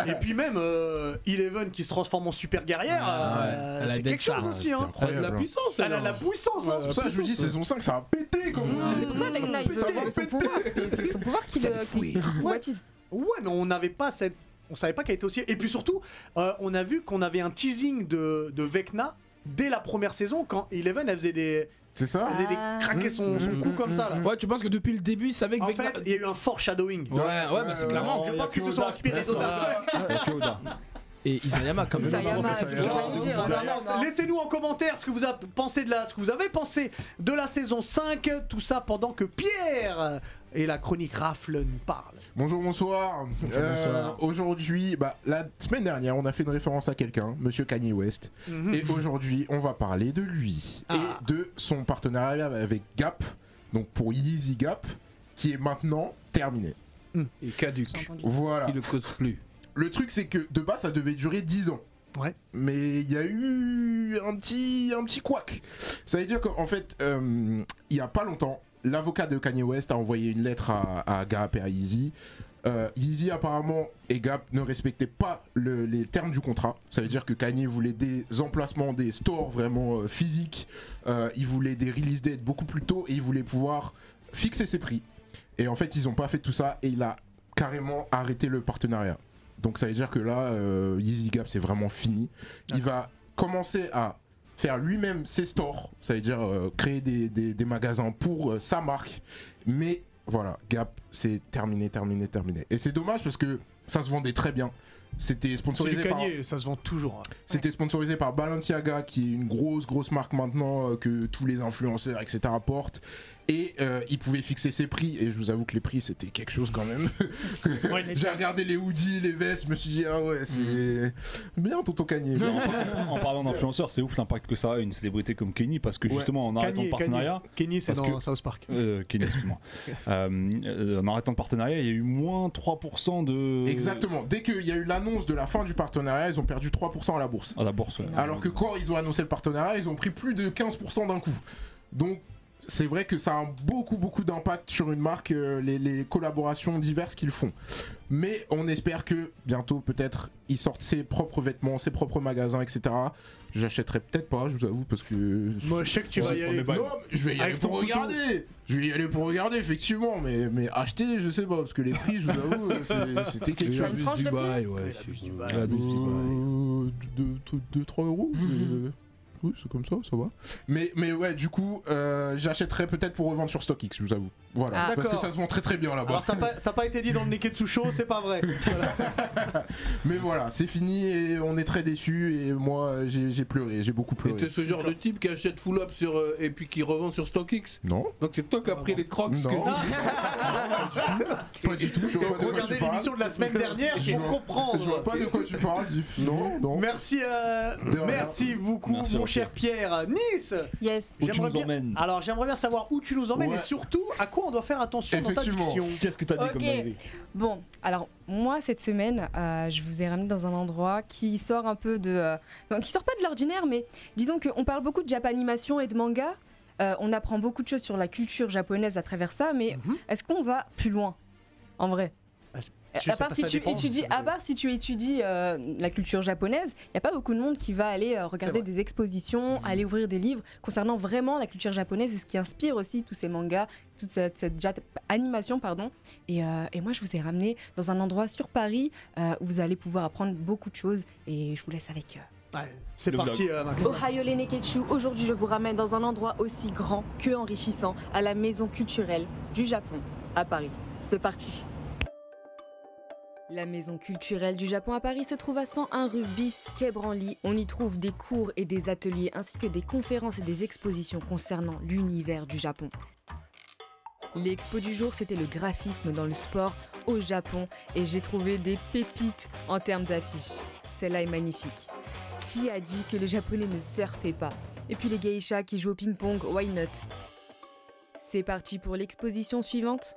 Speaker 1: Et puis même euh, Eleven qui se transforme en super guerrière,
Speaker 3: Ah ouais,
Speaker 1: euh,
Speaker 3: elle a
Speaker 1: c'est
Speaker 3: des
Speaker 1: quelque chose
Speaker 3: chars,
Speaker 1: aussi.
Speaker 4: c'était
Speaker 1: Hein.
Speaker 2: Elle a de
Speaker 4: incroyable.
Speaker 2: la puissance,
Speaker 1: Elle a
Speaker 2: alors.
Speaker 1: de la puissance. hein.
Speaker 4: C'est pour ça que je me dis, saison 5, ça a pété comme on dit.
Speaker 5: C'est pour ça que Vecna, il veut
Speaker 4: Ah, Ça va
Speaker 5: son pouvoir. C'est c'est son pouvoir qui le qui- qui convoitise.
Speaker 1: Ouais, mais on n'avait pas cette. On savait pas qu'elle était aussi. Et puis surtout, euh, on a vu qu'on avait un teasing de, de Vecna dès la première saison quand Eleven elle faisait des.
Speaker 4: C'est ça
Speaker 1: Elle faisait des
Speaker 5: Ah.
Speaker 1: craquer son, son cou comme ça là.
Speaker 3: Ouais, tu penses que depuis le début, il savait que
Speaker 1: En
Speaker 3: Vecna-
Speaker 1: fait, Euh, il y a eu un foreshadowing.
Speaker 3: Ouais, ouais, bah c'est
Speaker 4: Ouais,
Speaker 3: clairement.
Speaker 1: Je
Speaker 6: Oh, y a
Speaker 1: pense qu'ils
Speaker 6: que
Speaker 1: se sont
Speaker 6: Oda qui
Speaker 1: inspirés
Speaker 6: fait ça.
Speaker 1: d'Oda.
Speaker 6: Il y a que Oda.
Speaker 3: Et Isayama, quand même.
Speaker 5: Isayama, c'est ce que j'allais
Speaker 1: Donc,
Speaker 5: dire.
Speaker 1: vous avez-
Speaker 5: vraiment, hein.
Speaker 1: Laissez-nous en commentaire ce que vous avez pensé de la, ce que vous avez pensé de la saison 5, tout ça pendant que Pierre et la chronique rafle nous parlent.
Speaker 4: Bonjour, bonsoir. Euh,
Speaker 3: bonsoir.
Speaker 4: Aujourd'hui, bah, la semaine dernière, on a fait une référence à quelqu'un, monsieur Kanye West. Mhm. Et aujourd'hui, on va parler de lui
Speaker 1: Ah.
Speaker 4: et de son partenariat avec Gap, donc pour Yeezy Gap, qui est maintenant terminé.
Speaker 2: Et caduc.
Speaker 4: Voilà.
Speaker 2: Il ne cause plus.
Speaker 4: Le truc, c'est que de base, ça devait durer 10 ans.
Speaker 1: Ouais.
Speaker 4: Mais il y a eu un petit, un petit couac. Ça veut dire qu'en fait, euh, il y a pas longtemps, l'avocat de Kanye West a envoyé une lettre à, à Gap et à Yeezy. Euh, Yeezy, apparemment, et Gap ne respectaient pas le- les termes du contrat. Ça veut dire que Kanye voulait des emplacements, des stores vraiment euh, physiques. Euh, il voulait des release dates beaucoup plus tôt et il voulait pouvoir fixer ses prix. Et en fait, ils n'ont pas fait tout ça et il a carrément arrêté le partenariat. Donc ça veut dire que là, euh, Yeezy Gap, c'est vraiment fini. Il va commencer à faire lui-même ses stores, ça veut dire euh, créer des, des- des magasins pour euh, sa marque. Mais voilà, Gap, c'est terminé, terminé, terminé. Et c'est dommage parce que ça se vendait très bien. C'était
Speaker 1: Sur du
Speaker 4: sponsorisé par
Speaker 1: Kanye, ça se vend toujours. hein.
Speaker 4: c'était sponsorisé par Balenciaga, qui est une grosse, grosse marque maintenant euh, que tous les influenceurs, etc. portent. Et euh, ils pouvaient fixer ses prix. Et je vous avoue que les prix, c'était quelque chose quand même. J'ai regardé les hoodies, les vestes, je me suis dit, ah ouais, c'est bien, tonton Cagné. bien.
Speaker 6: En parlant d'influenceurs, c'est ouf l'impact que ça a une célébrité comme Kenny parce que
Speaker 4: Ouais.
Speaker 6: justement en arrêtant
Speaker 1: Kanye,
Speaker 6: le partenariat.
Speaker 1: Kanye. Kanye, c'est
Speaker 6: Parce
Speaker 1: dans South Park.
Speaker 6: Euh, Kenny, excuse-moi. Euh, euh, en arrêtant le partenariat, il y a eu moins 3% de.
Speaker 4: Exactement. Dès qu'il y a eu l'annonce de la fin du partenariat, ils ont perdu 3% à la bourse.
Speaker 6: À la bourse. ouais.
Speaker 4: Alors que quand ils ont annoncé le partenariat, ils ont pris plus de 15% d'un coup. Donc c'est vrai que ça a beaucoup beaucoup d'impact sur une marque, euh, les, les collaborations diverses qu'ils font. Mais on espère que bientôt peut-être ils sortent ses propres vêtements, ses propres magasins, etc. J'achèterai peut-être pas, je vous avoue, parce que
Speaker 1: Moi, je sais que tu
Speaker 6: Ouais,
Speaker 1: vas y
Speaker 6: c'est
Speaker 1: aller.
Speaker 6: pour les
Speaker 4: non, mais je vais y
Speaker 1: Avec
Speaker 4: aller
Speaker 1: ton
Speaker 4: pour
Speaker 1: couteau.
Speaker 4: regarder. Je vais y aller pour regarder, effectivement. Mais, mais acheter, je sais pas. Parce que les prix, je vous avoue, euh, c'est- c'était quelque
Speaker 5: Sur
Speaker 4: chose.
Speaker 5: une tranche de
Speaker 2: Dubaï, ouais.
Speaker 1: Ouais, la
Speaker 2: c'est-
Speaker 1: bûche du
Speaker 2: ouais,
Speaker 1: bail.
Speaker 2: Ah, la bûche du bail.
Speaker 4: Euh, 2-3 euros. mais, euh, Oui, c'est comme ça, ça va. Mais, mais ouais, du coup, euh, j'achèterai peut-être pour revendre sur StockX, je vous avoue. Voilà.
Speaker 1: Ah.
Speaker 4: parce que
Speaker 1: D'accord.
Speaker 4: ça se vend très très bien là-bas.
Speaker 1: Alors, ça n'a pas, ça a pas été dit dans le Neketsu Show, c'est pas vrai.
Speaker 4: Mais voilà, c'est fini et on est très déçus. Et moi, euh, j'ai j'ai pleuré, j'ai beaucoup
Speaker 2: Et t'es
Speaker 4: pleuré.
Speaker 2: ce genre de type qui achète full up sur, euh, et puis qui revend sur StockX.
Speaker 4: Non,
Speaker 2: Donc c'est toi qui as pris les crocs.
Speaker 4: Non.
Speaker 2: que-
Speaker 4: pas du tout. Je vois pas de quoi
Speaker 1: Regardez
Speaker 4: tu parles.
Speaker 1: l'émission de la semaine dernière
Speaker 4: Je
Speaker 1: pour
Speaker 4: vois- Je
Speaker 1: comprendre.
Speaker 4: vois pas de quoi tu parles. Diff. Non, non.
Speaker 1: Merci, euh,
Speaker 4: De rien.
Speaker 1: merci beaucoup,
Speaker 6: Merci,
Speaker 1: mon
Speaker 6: Rocky.
Speaker 1: cher Pierre. Nice
Speaker 5: Yes.
Speaker 6: Où tu
Speaker 1: J'aimerais
Speaker 6: nous
Speaker 1: bien...
Speaker 6: emmènes
Speaker 1: Alors j'aimerais bien savoir où tu nous emmènes
Speaker 4: Ouais.
Speaker 1: et surtout à quoi on doit faire attention dans ta
Speaker 4: Effectivement.
Speaker 1: diction.
Speaker 6: Qu'est-ce que t'as dit
Speaker 5: Ok.
Speaker 6: comme dinguerie
Speaker 5: Bon, alors moi cette semaine, euh, je vous ai ramené dans un endroit qui sort un peu de, euh, enfin, qui sort pas de l'ordinaire, mais disons qu'on parle beaucoup de japanimation et de manga. Euh, on apprend beaucoup de choses sur la culture japonaise à travers ça, mais
Speaker 1: Mhm.
Speaker 5: est-ce qu'on va plus loin, en vrai
Speaker 1: Ah, Je
Speaker 5: À
Speaker 1: sais pas,
Speaker 5: part si
Speaker 1: ça
Speaker 5: tu
Speaker 1: dépend.
Speaker 5: étudies, à part si tu étudies euh, la culture japonaise, il y a pas beaucoup de monde qui va aller euh, regarder
Speaker 1: vrai. Mm.
Speaker 5: des expositions, aller ouvrir des livres concernant vraiment la culture japonaise et ce qui inspire aussi tous ces mangas, toute cette, cette jap- animation, pardon. Et, euh, et moi, je vous ai ramené dans un endroit sur Paris euh, où vous allez pouvoir apprendre beaucoup de choses. Et je vous laisse avec. euh, eux.
Speaker 1: Ouais, Bah, c'est
Speaker 6: Le
Speaker 1: parti, euh, Max.
Speaker 5: Ohio les Neketsu, aujourd'hui, je vous ramène dans un endroit aussi grand que enrichissant à la Maison culturelle du Japon à Paris. C'est parti. La maison culturelle du Japon à Paris se trouve à 101 rue bis quai Branly. On y trouve des cours et des ateliers ainsi que des conférences et des expositions concernant l'univers du Japon. L'expo du jour, c'était le graphisme dans le sport au Japon et j'ai trouvé des pépites en termes d'affiches. Celle-là est magnifique. Qui a dit que les Japonais ne surfaient pas Et puis les geishas qui jouent au ping-pong, why not C'est parti pour l'exposition suivante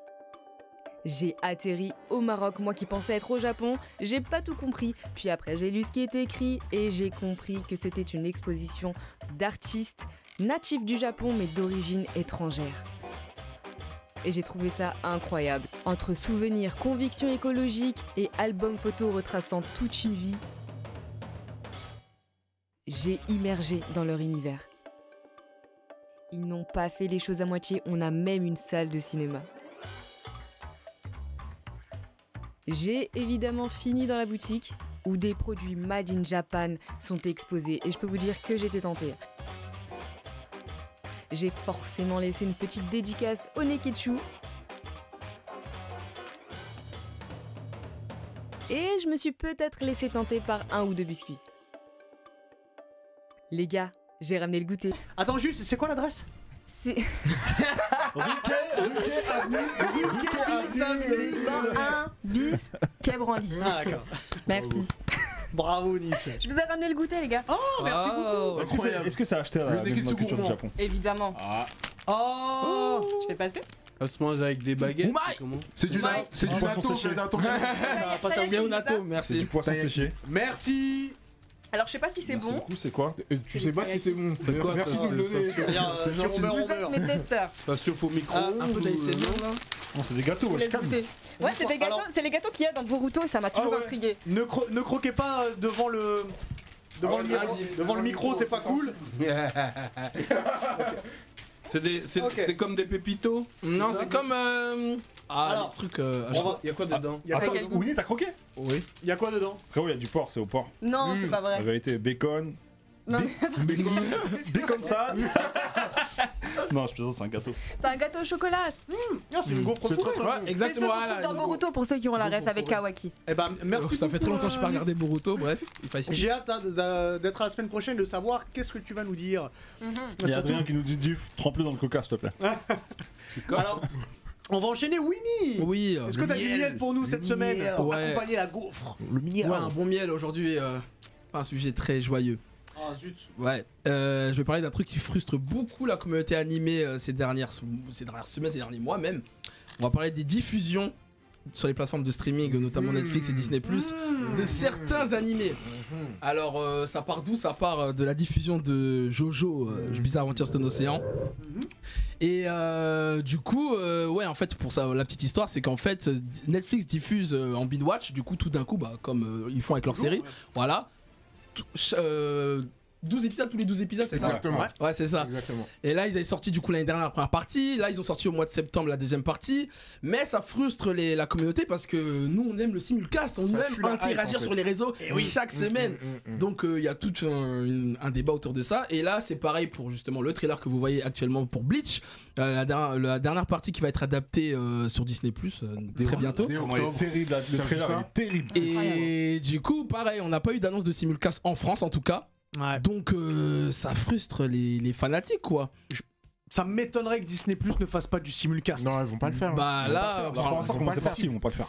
Speaker 5: j'ai atterri au Maroc, moi qui pensais être au Japon, j'ai pas tout compris. Puis après, j'ai lu ce qui était écrit et j'ai compris que c'était une exposition d'artistes natifs du Japon mais d'origine étrangère. Et j'ai trouvé ça incroyable. Entre souvenirs, convictions écologiques et albums photos retraçant toute une vie, j'ai immergé dans leur univers. Ils n'ont pas fait les choses à moitié, on a même une salle de cinéma. J'ai évidemment fini dans la boutique où des produits made in Japan sont exposés et je peux vous dire que j'étais tentée. J'ai forcément laissé une petite dédicace au Neketsu. Et je me suis peut-être laissé tenter par un ou deux biscuits. Les gars, j'ai ramené le goûter.
Speaker 1: Attends juste, c'est quoi l'adresse
Speaker 5: C'est
Speaker 4: Ah,
Speaker 1: Ah, C'est
Speaker 5: 101 bis Quai Branly.
Speaker 1: Ah d'accord.
Speaker 5: Merci.
Speaker 1: Bravo Nice.
Speaker 5: Je vous ai ramené le goûter les gars.
Speaker 1: merci
Speaker 3: beaucoup.
Speaker 6: Est-ce que c'est-
Speaker 4: Incroyable.
Speaker 6: Est-ce que c'est acheté à
Speaker 4: Le
Speaker 6: la Maison
Speaker 4: Neketsu
Speaker 6: Culture du
Speaker 4: gourmand.
Speaker 6: Japon
Speaker 5: Évidemment.
Speaker 6: Ah,
Speaker 1: Oh
Speaker 5: Tu fais passer
Speaker 2: On se mange Ah, avec des baguettes.
Speaker 3: Oumaï
Speaker 2: c'est comment
Speaker 4: C'est du, na-
Speaker 5: Mike.
Speaker 4: c'est du
Speaker 6: Ah, poisson
Speaker 4: natto,
Speaker 6: séché.
Speaker 4: mais natto.
Speaker 1: ça va pas servir.
Speaker 3: C'est Onato,
Speaker 6: c'est du
Speaker 3: merci.
Speaker 6: poisson
Speaker 4: Ça y est.
Speaker 6: séché.
Speaker 1: Merci
Speaker 5: Alors je sais pas si c'est
Speaker 6: Merci
Speaker 5: bon.
Speaker 6: beaucoup, c'est quoi
Speaker 4: Euh, Tu sais pas si c'est bon.
Speaker 2: C'est quoi,
Speaker 4: Merci
Speaker 2: ça,
Speaker 4: de me le
Speaker 2: ça,
Speaker 4: donner.
Speaker 2: ça,
Speaker 1: Je veux dire, euh,
Speaker 4: C'est
Speaker 1: si on
Speaker 4: gentil.
Speaker 1: meurt,
Speaker 5: Vous
Speaker 1: on
Speaker 5: êtes
Speaker 1: meurt.
Speaker 5: mes testeurs.
Speaker 2: Ça chauffe au micro.
Speaker 1: Ah,
Speaker 3: Un peu d'ASMR là.
Speaker 6: Non, c'est des gâteaux,
Speaker 5: Vous
Speaker 6: wesh,
Speaker 5: les
Speaker 6: calme.
Speaker 5: goûtez. Ouais, c'est des
Speaker 1: Alors-
Speaker 5: gâteaux, c'est les gâteaux qu'il y a dans Boruto et ça m'a toujours
Speaker 6: Ah ouais.
Speaker 5: intrigué.
Speaker 1: Ne, cro- ne croquez pas euh, devant le... Devant,
Speaker 4: Ah ouais,
Speaker 1: le, micro,
Speaker 3: indiff.
Speaker 1: devant le micro, c'est pas cool.
Speaker 2: C'est des- c'est-
Speaker 1: Ok.
Speaker 2: c'est comme des pépitos.
Speaker 3: Non, c'est comme. euh, Ah,
Speaker 1: Alors,
Speaker 3: le truc. euh,
Speaker 1: on va-
Speaker 2: Il y a quoi dedans
Speaker 1: Y a
Speaker 6: Ah, Attends,
Speaker 1: quoi-
Speaker 5: quel goût
Speaker 6: Winnie, t'as croqué
Speaker 2: Oui.
Speaker 1: y a quoi dedans
Speaker 6: Frérot, il y a du porc, c'est au porc.
Speaker 5: Non, c'est pas
Speaker 6: La
Speaker 5: vrai.
Speaker 6: vérité, bacon.
Speaker 5: Non,
Speaker 6: Bi- Bacon ça Non, je plaisante, c'est un gâteau.
Speaker 5: C'est un gâteau au chocolat.
Speaker 1: Ah, C'est une gaufre
Speaker 4: C'est
Speaker 1: fourrée.
Speaker 4: très très
Speaker 3: Ouais,
Speaker 4: bon.
Speaker 5: C'est ceux
Speaker 3: exactement.
Speaker 5: qu'on trouve
Speaker 3: voilà,
Speaker 5: dans
Speaker 3: le-
Speaker 5: Boruto pour ceux qui ont la ref avec Kawaki.
Speaker 1: Eh ben, merci
Speaker 3: Ça fait
Speaker 1: beaucoup,
Speaker 3: trop longtemps que je
Speaker 1: euh,
Speaker 3: n'ai pas
Speaker 1: Nice.
Speaker 3: regardé Boruto, bref, il fallait
Speaker 1: J'ai hâte hein, d'a- d'être à la semaine prochaine de savoir qu'est-ce que tu vas nous dire.
Speaker 6: Il y a Adrien qui nous dit du trempe-le dans le coca, s'il te plaît.
Speaker 1: Alors, on va enchaîner Winnie.
Speaker 3: Oui, euh,
Speaker 6: Ah,
Speaker 1: Est-ce que t'as du miel pour nous cette semaine pour
Speaker 3: Ouais.
Speaker 1: accompagner la gaufre
Speaker 4: Le miel.
Speaker 3: Ouais, un bon miel aujourd'hui, euh, pas un sujet très joyeux.
Speaker 1: Ah zut.
Speaker 3: Ouais, euh, je vais parler d'un truc qui frustre beaucoup la communauté animée euh, ces, dernières, ces dernières semaines, ces derniers mois même. On va parler des diffusions sur les plateformes de streaming, notamment Netflix et Disney, de certains animés. Alors, euh, ça part d'où Ça part euh, de la diffusion de Jojo, euh, Bizarre Aventure Stone Océan. Et euh, du coup, euh, ouais, en fait, pour ça, la petite histoire, c'est qu'en fait, euh, Netflix diffuse euh, en binge watch, du coup, tout d'un coup, bah, comme euh, ils font avec leur série, voilà. Tout- ch- euh, 12 épisodes, tous les 12 épisodes, c'est ça
Speaker 4: Exactement.
Speaker 3: Ouais, c'est ça.
Speaker 4: Exactement.
Speaker 3: Et là, ils avaient sorti du coup l'année dernière la première partie. Là, ils ont sorti au mois de septembre la deuxième partie. Mais ça frustre les- la communauté parce que nous, on aime le simulcast, on
Speaker 4: Ça tue
Speaker 3: aime
Speaker 4: la hype,
Speaker 3: interagir
Speaker 4: en fait. Mm-hmm.
Speaker 3: sur les réseaux chaque semaine.
Speaker 4: Mm,
Speaker 3: Donc, euh, il y a tout un, une- un débat autour de ça. Et là, c'est pareil pour justement le trailer que vous voyez actuellement pour Bleach, Euh, la, dernière- la dernière partie qui va être adaptée euh, sur Disney euh, très bientôt.
Speaker 4: Dès
Speaker 6: Comment il est
Speaker 4: octobre.
Speaker 6: terrible, là, le
Speaker 4: T'as vu
Speaker 6: trailer
Speaker 4: ça
Speaker 6: il est terrible.
Speaker 3: Et du coup, pareil, on n'a pas eu d'annonce de simulcast en France en tout cas.
Speaker 1: Ouais.
Speaker 3: Donc, euh, ça frustre les, les fanatiques quoi.
Speaker 1: Ça m'étonnerait que Disney Plus ne fasse pas du simulcast.
Speaker 4: Non, ils vont pas le faire. hein.
Speaker 3: Bah
Speaker 1: Ah,
Speaker 3: là,
Speaker 6: Bah,
Speaker 3: enfin,
Speaker 6: on sait comment
Speaker 4: pas
Speaker 6: c'est
Speaker 4: le
Speaker 6: parti, ils vont pas le faire.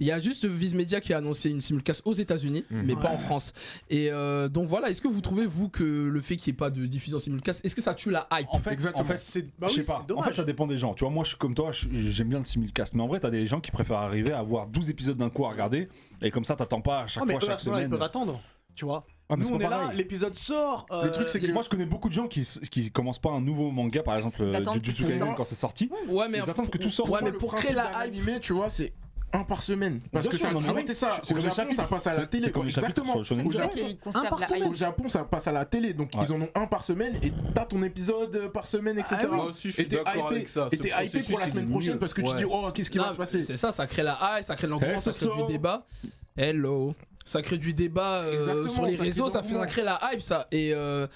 Speaker 3: Il y a juste Viz Media qui a annoncé une simulcast aux États-Unis,
Speaker 4: Mhm.
Speaker 3: mais pas en France. Et euh, donc voilà, est-ce que vous trouvez, vous, que le fait qu'il n'y ait pas de diffusion simulcast, est-ce que ça tue la hype
Speaker 6: En fait,
Speaker 4: Exactement.
Speaker 6: en fait,
Speaker 1: c'est bah
Speaker 6: je sais
Speaker 1: oui,
Speaker 6: pas.
Speaker 1: c'est
Speaker 6: En fait,
Speaker 1: dommage.
Speaker 6: ça dépend des gens. Tu vois, moi, je suis comme toi, je- j'aime bien le simulcast. Mais en vrai, t'as des gens qui préfèrent arriver à avoir 12 épisodes d'un coup à regarder. Et comme ça, t'attends pas à chaque
Speaker 1: Ah, mais
Speaker 6: fois,
Speaker 1: eux, à
Speaker 6: chaque
Speaker 1: ce moment-là, ils
Speaker 6: semaine.
Speaker 1: peuvent attendre. Tu vois.
Speaker 6: Ah, mais
Speaker 1: Nous,
Speaker 6: c'est
Speaker 1: on
Speaker 6: pas
Speaker 1: est là,
Speaker 6: pareil.
Speaker 1: l'épisode sort. euh,
Speaker 6: Le truc, c'est que moi, je connais beaucoup de gens qui, s- qui commencent pas un nouveau manga, par exemple, euh,
Speaker 5: attendent
Speaker 6: Jujutsu
Speaker 4: que tout
Speaker 6: Kaisen
Speaker 4: sorte.
Speaker 6: quand c'est sorti.
Speaker 3: Ouais, mais
Speaker 6: Ils attendent que tout sorte.
Speaker 3: Ouais,
Speaker 4: Moi,
Speaker 3: mais
Speaker 4: le
Speaker 3: pour
Speaker 4: principe
Speaker 3: créer la
Speaker 4: d'un
Speaker 3: hype.
Speaker 4: animé, tu vois, c'est un par semaine. Parce
Speaker 6: Bien
Speaker 4: que
Speaker 6: sûr,
Speaker 4: ça a
Speaker 6: non, mais
Speaker 4: toujours
Speaker 6: oui.
Speaker 4: été ça.
Speaker 6: C'est
Speaker 4: Au
Speaker 6: comme les
Speaker 4: Japon, ça
Speaker 6: chapitres.
Speaker 4: passe à la
Speaker 6: C'est-
Speaker 4: télé.
Speaker 6: c'est comme les chapitres
Speaker 4: Exactement.
Speaker 6: sur le
Speaker 4: Au
Speaker 6: Shonen
Speaker 5: C'est ça
Speaker 4: Japon,
Speaker 5: qui
Speaker 1: Un
Speaker 5: conserve
Speaker 1: par
Speaker 5: la hype.
Speaker 1: semaine.
Speaker 4: Au Japon, ça passe à la télé, donc
Speaker 6: Ouais.
Speaker 4: ils en ont un par semaine et t'as ton épisode euh, par semaine, etc.
Speaker 1: Ah oui.
Speaker 2: Moi aussi, je suis
Speaker 4: Et t'es hypé-
Speaker 2: d'accord avec ça.
Speaker 4: Et
Speaker 2: Ce
Speaker 4: t'es hypé
Speaker 2: processus,
Speaker 4: pour la
Speaker 2: il est
Speaker 4: semaine prochaine
Speaker 2: mieux.
Speaker 4: parce que tu
Speaker 2: Ouais.
Speaker 4: dis, oh, qu'est-ce qui va
Speaker 3: Non,
Speaker 4: se passer
Speaker 3: C'est ça, ça crée la hype, ça crée de l'engouement,
Speaker 6: Eh,
Speaker 3: ça
Speaker 6: ça
Speaker 3: crée
Speaker 6: sort.
Speaker 3: du débat. Hello. Ça crée du débat euh,
Speaker 4: Exactement,
Speaker 3: sur les
Speaker 4: ça crée
Speaker 3: réseaux,
Speaker 4: de
Speaker 3: ça, fait, ça
Speaker 4: l'engouement.
Speaker 3: crée la hype, ça. Et, euh,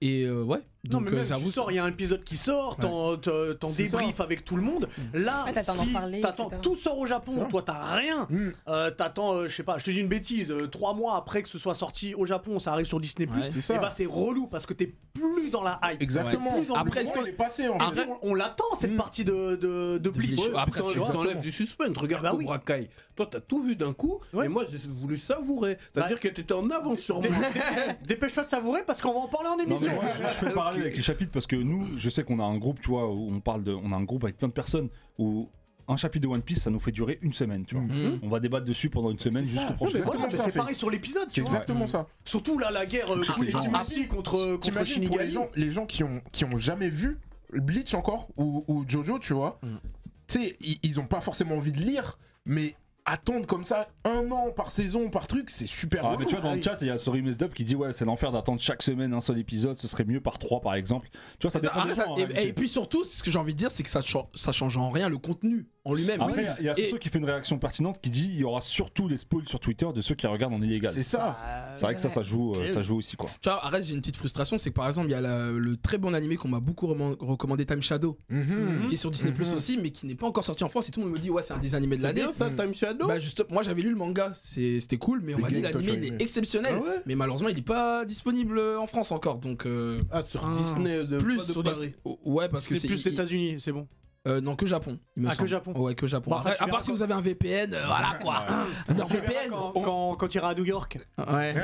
Speaker 3: et euh, ouais.
Speaker 1: Non,
Speaker 3: Donc,
Speaker 1: mais
Speaker 3: euh,
Speaker 1: même tu
Speaker 3: j'avoue,
Speaker 1: sors, il y a un épisode qui sort, t'en- t'en t'en
Speaker 4: C'est ça.
Speaker 1: débriefes avec tout le monde. Là,
Speaker 7: Ouais, t'attends d'en
Speaker 1: si
Speaker 7: parler,
Speaker 1: t'attends,
Speaker 7: etc.
Speaker 1: tout sort au
Speaker 4: C'est
Speaker 1: Japon,
Speaker 4: ça.
Speaker 1: toi t'as rien.
Speaker 4: Mm.
Speaker 1: Euh, t'attends, euh, je sais pas, je te dis une bêtise, euh, trois mois après que ce soit sorti au Japon, ça arrive sur Disney+.
Speaker 3: Ouais.
Speaker 4: C'est
Speaker 1: Et
Speaker 4: ça.
Speaker 1: bah c'est relou parce que t'es plus dans la hype.
Speaker 4: Exactement.
Speaker 1: Ouais.
Speaker 3: Après,
Speaker 4: Après,
Speaker 3: est-ce
Speaker 4: est-ce
Speaker 3: que-
Speaker 4: est passé en fait.
Speaker 3: Après-
Speaker 1: On, on l'attend cette
Speaker 4: Mm.
Speaker 1: partie de, Hmm. de, de Bleach.
Speaker 3: Bleach.
Speaker 1: Ouais.
Speaker 3: Après,
Speaker 2: Putain,
Speaker 3: c'est
Speaker 2: ils
Speaker 3: exactement.
Speaker 2: enlèvent du suspense. Regarde
Speaker 1: Bah oui.
Speaker 2: Cobra Kai. Toi, t'as tout vu d'un coup,
Speaker 1: Ouais. Bah
Speaker 2: et moi, j'ai voulu savourer. C'est-à-dire que t'étais en avance sur moi.
Speaker 1: Dépêche-toi de savourer parce qu'on va en parler en
Speaker 6: Non, mais
Speaker 1: émission.
Speaker 6: moi, je, je fais parler avec les chapitres parce que nous, je sais qu'on a un groupe, tu vois, où on parle de, on a un groupe avec plein de personnes où un chapitre de One Piece, ça nous fait durer une semaine, tu vois.
Speaker 3: Mhm.
Speaker 6: On va débattre dessus pendant une semaine
Speaker 4: C'est
Speaker 6: jusqu'au
Speaker 4: ça.
Speaker 1: Non, mais
Speaker 6: prochain.
Speaker 4: Exactement
Speaker 1: voilà, mais
Speaker 4: ça,
Speaker 1: c'est
Speaker 4: fait.
Speaker 1: pareil sur l'épisode, tu
Speaker 4: C'est
Speaker 1: vois.
Speaker 4: exactement ça.
Speaker 1: Surtout là, la guerre euh,
Speaker 6: Je sais que les gens-
Speaker 1: Kuroichi contre, contre
Speaker 4: T'imagines pour les
Speaker 1: Shinigami.
Speaker 4: gens, les gens qui ont qui ont jamais vu Bleach encore ou, ou Jojo, tu vois.
Speaker 3: Mm.
Speaker 4: Tu sais, ils, ils ont pas forcément envie de lire, mais attendre comme ça un an par saison par truc, c'est super.
Speaker 6: Ah,
Speaker 4: relou.
Speaker 6: mais tu vois, dans le chat, il y a Sorry Miss Dub qui dit Ouais, c'est l'enfer d'attendre chaque semaine un seul épisode, ce serait mieux par trois par exemple. Tu vois,
Speaker 3: Ça-
Speaker 6: ça dépend
Speaker 3: après,
Speaker 6: des
Speaker 3: Ah,
Speaker 1: Ah,
Speaker 3: ça-
Speaker 6: gens. hein, en
Speaker 3: et- et,
Speaker 6: réalité.
Speaker 3: puis surtout, ce que j'ai envie de dire, c'est que ça, cha- ça change en rien le contenu en lui-même.
Speaker 6: Après, il y a
Speaker 3: Et-
Speaker 6: ceux qui fait une réaction pertinente qui dit Il y aura surtout les spoils sur Twitter de ceux qui regardent en illégal.
Speaker 4: c'est ça.
Speaker 1: Ah,
Speaker 6: C'est vrai que ça, ça joue, euh, ça joue aussi quoi.
Speaker 3: Tu vois, Arès, j'ai une petite frustration, c'est que par exemple, il y a la- le très bon animé qu'on m'a beaucoup reman- recommandé, Time Shadow,
Speaker 4: Mhm.
Speaker 1: Mm-hmm.
Speaker 3: qui est sur Disney Plus
Speaker 4: Mhm.
Speaker 3: aussi, mais qui n'est pas encore sorti en France. Et tout le monde me dit, ouais, c'est un des animés de
Speaker 2: C'est
Speaker 3: l'année.
Speaker 2: bien ça, Time Shadow
Speaker 3: Bah, juste, moi j'avais lu le manga, c'est- c'était cool, mais on
Speaker 4: C'est
Speaker 3: m'a dit
Speaker 4: gay, toi,
Speaker 3: l'animé
Speaker 4: tu as
Speaker 3: il est
Speaker 4: aimé.
Speaker 3: exceptionnel.
Speaker 2: Ah ouais
Speaker 3: Mais malheureusement, il est pas disponible euh, en France encore, donc euh,
Speaker 2: Ah, sur
Speaker 1: Ah.
Speaker 2: Disney,
Speaker 6: euh,
Speaker 2: de,
Speaker 3: plus
Speaker 2: pas de
Speaker 3: sur
Speaker 2: Paris.
Speaker 3: Disney- Oh, Ouais, parce que
Speaker 1: C'est
Speaker 3: c'est
Speaker 1: plus
Speaker 3: il-
Speaker 1: États-Unis, c'est bon.
Speaker 3: euh, non que Japon. Il me
Speaker 1: Ah, que
Speaker 3: semble.
Speaker 1: Japon.
Speaker 3: Ouais, que Japon.
Speaker 1: Bon, après, tu
Speaker 3: Après, à part
Speaker 1: verras
Speaker 3: si
Speaker 1: quand-
Speaker 3: vous avez un VPN, euh, voilà quoi.
Speaker 1: Tu
Speaker 3: Un
Speaker 1: verras
Speaker 3: VPN.
Speaker 1: quand, quand, quand tu iras à New York
Speaker 3: Ouais.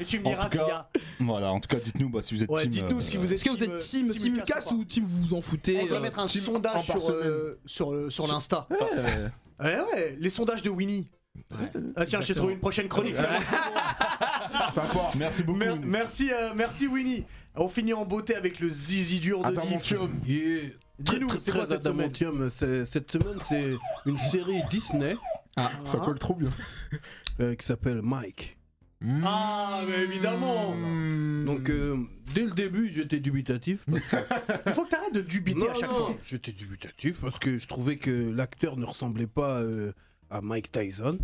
Speaker 1: et tu me
Speaker 6: En
Speaker 1: diras
Speaker 6: tout cas,
Speaker 1: s'il y a.
Speaker 6: Voilà, en tout cas, dites-nous bah, si vous êtes
Speaker 1: Ouais,
Speaker 6: team,
Speaker 1: dites-nous
Speaker 6: euh,
Speaker 1: si vous euh, êtes.
Speaker 3: Est-ce que vous êtes team simulcast ou team vous vous en foutez
Speaker 1: On va
Speaker 3: euh,
Speaker 1: mettre un
Speaker 4: team
Speaker 1: sondage
Speaker 4: un par
Speaker 1: sur, euh, sur, le- sur l'Insta. Ah Ouais, ouais, les sondages de Winnie. Ah, tiens, j'ai
Speaker 3: Exactement.
Speaker 1: trouvé une prochaine chronique.
Speaker 4: Ça part.
Speaker 6: Merci beaucoup.
Speaker 1: Mer- merci, euh, merci Winnie. On finit en beauté avec le zizi dur
Speaker 2: Ah,
Speaker 1: de Yves.
Speaker 4: Adamantium.
Speaker 2: Yeah.
Speaker 1: Dis-nous,
Speaker 2: Très,
Speaker 1: c'est
Speaker 2: très,
Speaker 1: quoi
Speaker 2: très
Speaker 1: cette semaine
Speaker 2: adamantium. C'est- Cette semaine, c'est une série Disney
Speaker 4: Ça
Speaker 1: Hein
Speaker 4: colle trop bien.
Speaker 2: euh, qui s'appelle Mike.
Speaker 3: Hmm.
Speaker 1: Ah, mais évidemment. Ah.
Speaker 2: Donc, euh, dès le début, j'étais dubitatif. parce que-
Speaker 1: Il faut que t'arrêtes de dubiter à
Speaker 2: Non,
Speaker 1: chaque
Speaker 2: non,
Speaker 1: fois.
Speaker 2: J'étais dubitatif parce que je trouvais que l'acteur ne ressemblait pas euh, à Mike Tyson.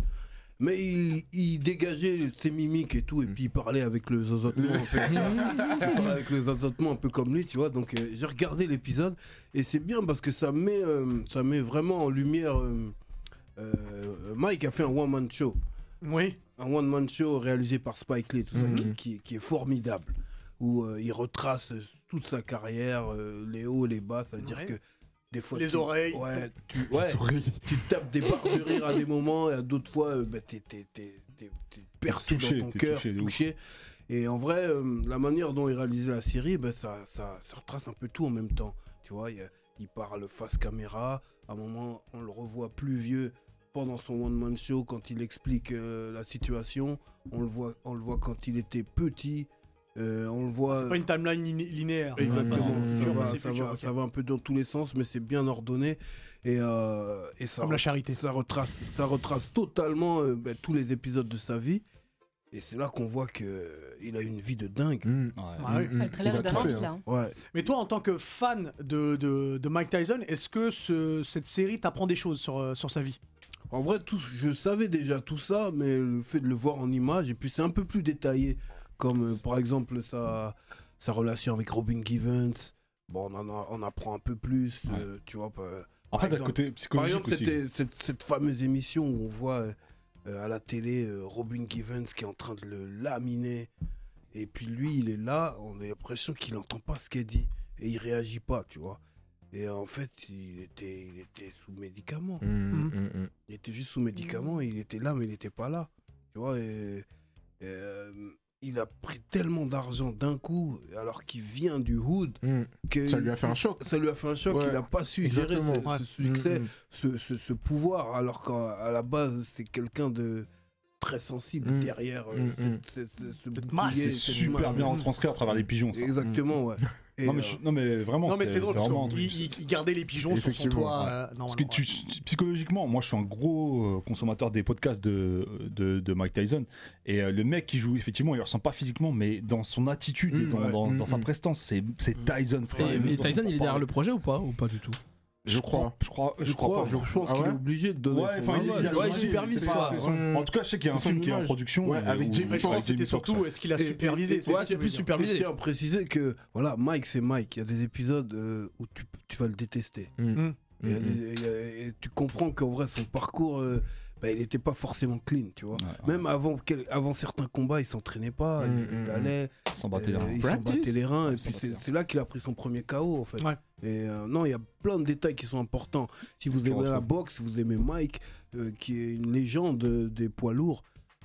Speaker 2: Mais il, il dégageait ses mimiques et tout, et puis il parlait avec le zozotement. un peu. Il parlait avec le zozotement un peu comme lui, tu vois. Donc euh, j'ai regardé l'épisode, et c'est bien parce que ça met, euh, ça met vraiment en lumière. euh, euh, Mike a fait un one-man show
Speaker 1: Oui.
Speaker 2: un one man show réalisé par Spike Lee, tout ça,
Speaker 4: Mhm.
Speaker 2: qui, qui- qui est formidable, où euh, il retrace euh, toute sa carrière, euh, les hauts, les bas, c'est-à-dire
Speaker 1: Ouais.
Speaker 2: que des fois
Speaker 1: Les
Speaker 2: tu-
Speaker 1: oreilles.
Speaker 2: ouais, tu, ouais, tu tapes des barres de rire à des moments et à d'autres fois, euh, bah, t'es t'es- t'es- t'es- t'es perçu
Speaker 6: Touché,
Speaker 2: dans ton
Speaker 6: t'es
Speaker 2: cœur,
Speaker 6: touché
Speaker 2: touché,
Speaker 6: de ouf.
Speaker 2: Et en vrai, euh, la manière dont il réalisait la série, bah, ça, ça, ça retrace un peu tout en même temps. Tu vois, il y a- il il parle face caméra. À un moment, on le revoit plus vieux pendant son one-man show quand il explique euh, la situation. On le, voit, on le voit quand il était petit. Euh, on le voit.
Speaker 1: C'est pas une timeline lini- linéaire.
Speaker 2: Exactement.
Speaker 1: C'est
Speaker 2: Ça,
Speaker 1: futur,
Speaker 2: va,
Speaker 1: passé,
Speaker 2: ça
Speaker 1: futur,
Speaker 2: va-
Speaker 1: ok.
Speaker 2: ça va un peu dans tous les sens, mais c'est bien ordonné. Et, euh, et ça,
Speaker 1: Comme la charité.
Speaker 2: ça retrace, ça retrace totalement euh, ben, tous les épisodes de sa vie. Et c'est là qu'on voit qu'il a une vie de dingue.
Speaker 4: Mmh.
Speaker 1: Ah ouais.
Speaker 4: Mmh, mmh.
Speaker 7: Le trailer
Speaker 4: Il a
Speaker 7: est
Speaker 4: tout
Speaker 7: dingue,
Speaker 4: fait, hein.
Speaker 7: là. hein.
Speaker 2: Ouais.
Speaker 1: Mais toi, en tant que fan de, de, de Mike Tyson, est-ce que ce- cette série t'apprend des choses sur, euh, sur sa vie
Speaker 2: En vrai, tout, je savais déjà tout ça, mais le fait de le voir en image, et puis c'est un peu plus détaillé, comme euh, par exemple sa, sa relation avec Robin Givens. Bon, on, en a- on apprend un peu plus,
Speaker 6: Ouais.
Speaker 2: euh, tu vois. pas-
Speaker 6: En
Speaker 2: Par
Speaker 6: fait, d'un
Speaker 2: exemple-
Speaker 6: côté
Speaker 2: Par
Speaker 6: psychologique
Speaker 2: exemple,
Speaker 6: aussi.
Speaker 2: c'était cette, cette fameuse émission où on voit euh, euh, à la télé euh, Robin Givens qui est en train de le laminer. Et puis lui, il est là, on a l'impression qu'il n'entend pas ce qu'elle dit. Et il réagit pas, tu vois. Et en fait, il était, il était sous médicaments.
Speaker 4: Mmh, mmh, mmh.
Speaker 2: Il était juste sous médicaments, il était là, mais il n'était pas là. Tu vois, et, et, euh, il a pris tellement d'argent d'un coup, alors qu'il vient du hood,
Speaker 4: Mmh.
Speaker 2: que
Speaker 4: Ça lui a fait un choc.
Speaker 2: ça lui a fait un choc,
Speaker 4: Ouais,
Speaker 2: il n'a pas su gérer ce,
Speaker 4: exactement.
Speaker 2: ce succès,
Speaker 4: Mmh,
Speaker 2: ce, ce- ce pouvoir, alors qu'à à la base, c'est quelqu'un de très sensible
Speaker 4: Mm.
Speaker 2: derrière euh,
Speaker 4: Mm, mm.
Speaker 2: cette- cette- ce- ce
Speaker 1: Cette
Speaker 2: bouclier,
Speaker 1: masse.
Speaker 6: C'est
Speaker 2: cette
Speaker 6: super
Speaker 2: masse.
Speaker 6: bien retranscrit à travers les pigeons. ça.
Speaker 2: Exactement, ouais. Et,
Speaker 6: Non mais,
Speaker 2: euh,
Speaker 6: je- non, mais vraiment,
Speaker 1: Non, mais c'est drôle, parce
Speaker 6: vraiment un
Speaker 1: qu'il
Speaker 6: truc.
Speaker 1: il- il gardait les pigeons sur son
Speaker 4: Effectivement,
Speaker 1: toit.
Speaker 4: Oh,
Speaker 1: euh,
Speaker 4: ouais.
Speaker 6: Parce que
Speaker 1: normalement,
Speaker 6: tu, tu- psychologiquement, moi je suis un gros euh, consommateur des podcasts de, de, de Mike Tyson. Et euh, le mec qui joue, effectivement, il ne ressent pas physiquement, mais dans son attitude et
Speaker 4: Mm,
Speaker 6: dans,
Speaker 4: ouais.
Speaker 6: dans-
Speaker 4: Mm,
Speaker 6: dans sa
Speaker 4: mm.
Speaker 6: prestance, c'est c'est Tyson, frère.
Speaker 3: Et, et Tyson, il est derrière le projet ou pas Ou pas du tout
Speaker 4: Je crois.
Speaker 6: Je crois, je
Speaker 2: je
Speaker 6: crois pas.
Speaker 2: je pense
Speaker 4: Ah
Speaker 2: qu'il
Speaker 4: ouais
Speaker 2: est obligé de donner
Speaker 6: Ouais,
Speaker 2: son
Speaker 6: enfin,
Speaker 2: avis.
Speaker 6: il a son
Speaker 3: Ouais, il
Speaker 6: avis,
Speaker 3: supervise,
Speaker 6: c'est
Speaker 3: quoi.
Speaker 6: pas-
Speaker 3: Ouais.
Speaker 4: son-
Speaker 6: En tout cas, je sais qu'il y a un
Speaker 4: C'est son
Speaker 6: film qui est en
Speaker 4: image.
Speaker 6: production.
Speaker 4: Ouais,
Speaker 6: mais
Speaker 4: avec Jim
Speaker 6: où-
Speaker 1: ouais. Je
Speaker 6: avec
Speaker 1: pense que
Speaker 6: Jamie
Speaker 1: c'était
Speaker 6: Foxx,
Speaker 1: surtout
Speaker 6: ouais.
Speaker 1: est-ce qu'il a
Speaker 2: Et-
Speaker 1: supervisé
Speaker 2: et-
Speaker 1: c'est
Speaker 3: Ouais,
Speaker 1: ça
Speaker 3: c'est
Speaker 1: qui
Speaker 3: plus
Speaker 1: veut dire.
Speaker 6: Ah,
Speaker 2: Et je
Speaker 3: supervisé.
Speaker 2: tiens à préciser que voilà, Mike c'est Mike. Il y a des épisodes euh, où tu, tu vas le détester.
Speaker 6: Mm.
Speaker 4: Mmh.
Speaker 1: Mmh.
Speaker 2: Et,
Speaker 4: Mmh, mmh.
Speaker 2: et- et- et tu comprends qu'en vrai son parcours, euh, bah, il n'était pas forcément clean, tu vois.
Speaker 6: Ouais,
Speaker 2: Même avant, quel- avant certains combats, il s'entraînait pas,
Speaker 4: Mm,
Speaker 2: il, il
Speaker 4: mm,
Speaker 2: allait,
Speaker 6: ouais, Sans hein. battre les
Speaker 2: euh,
Speaker 6: reins.
Speaker 2: il s'en
Speaker 4: Practice.
Speaker 2: battait les reins,
Speaker 6: Ouais,
Speaker 2: et
Speaker 6: il s'en
Speaker 2: puis
Speaker 6: battait
Speaker 2: c'est
Speaker 6: les reins.
Speaker 2: c'est là qu'il a pris son premier KO en fait.
Speaker 1: Ouais.
Speaker 2: Et euh, non, il y a plein de détails qui sont importants. Si vous
Speaker 6: Tu
Speaker 2: aimez la
Speaker 6: retrouves.
Speaker 2: boxe, si vous aimez Mike, euh, qui est une légende euh, des poids lourds,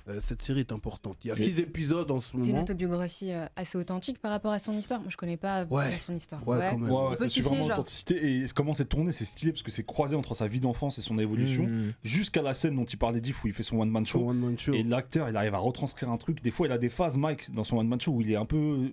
Speaker 2: euh, cette série est importante. Il y a
Speaker 6: C'est-
Speaker 2: six épisodes en ce
Speaker 7: C'est une
Speaker 2: moment.
Speaker 7: autobiographie euh, assez authentique par rapport à son histoire. Moi, je connais pas
Speaker 2: Ouais.
Speaker 7: bien son histoire.
Speaker 2: Ouais, quand même.
Speaker 6: Ouais, ouais,
Speaker 7: peut
Speaker 6: c'est
Speaker 7: se fier,
Speaker 6: vraiment
Speaker 7: genre.
Speaker 6: authenticité. Et comment c'est tourné, c'est stylé parce que c'est croisé entre sa vie d'enfance et son évolution.
Speaker 4: Mmh.
Speaker 6: Jusqu'à la scène dont il parlait d'If où il fait son one-man show.
Speaker 2: Son one-man show.
Speaker 6: Et l'acteur, il arrive à retranscrire un truc. Des fois, il a des phases, Mike, dans son one-man show où il est un peu.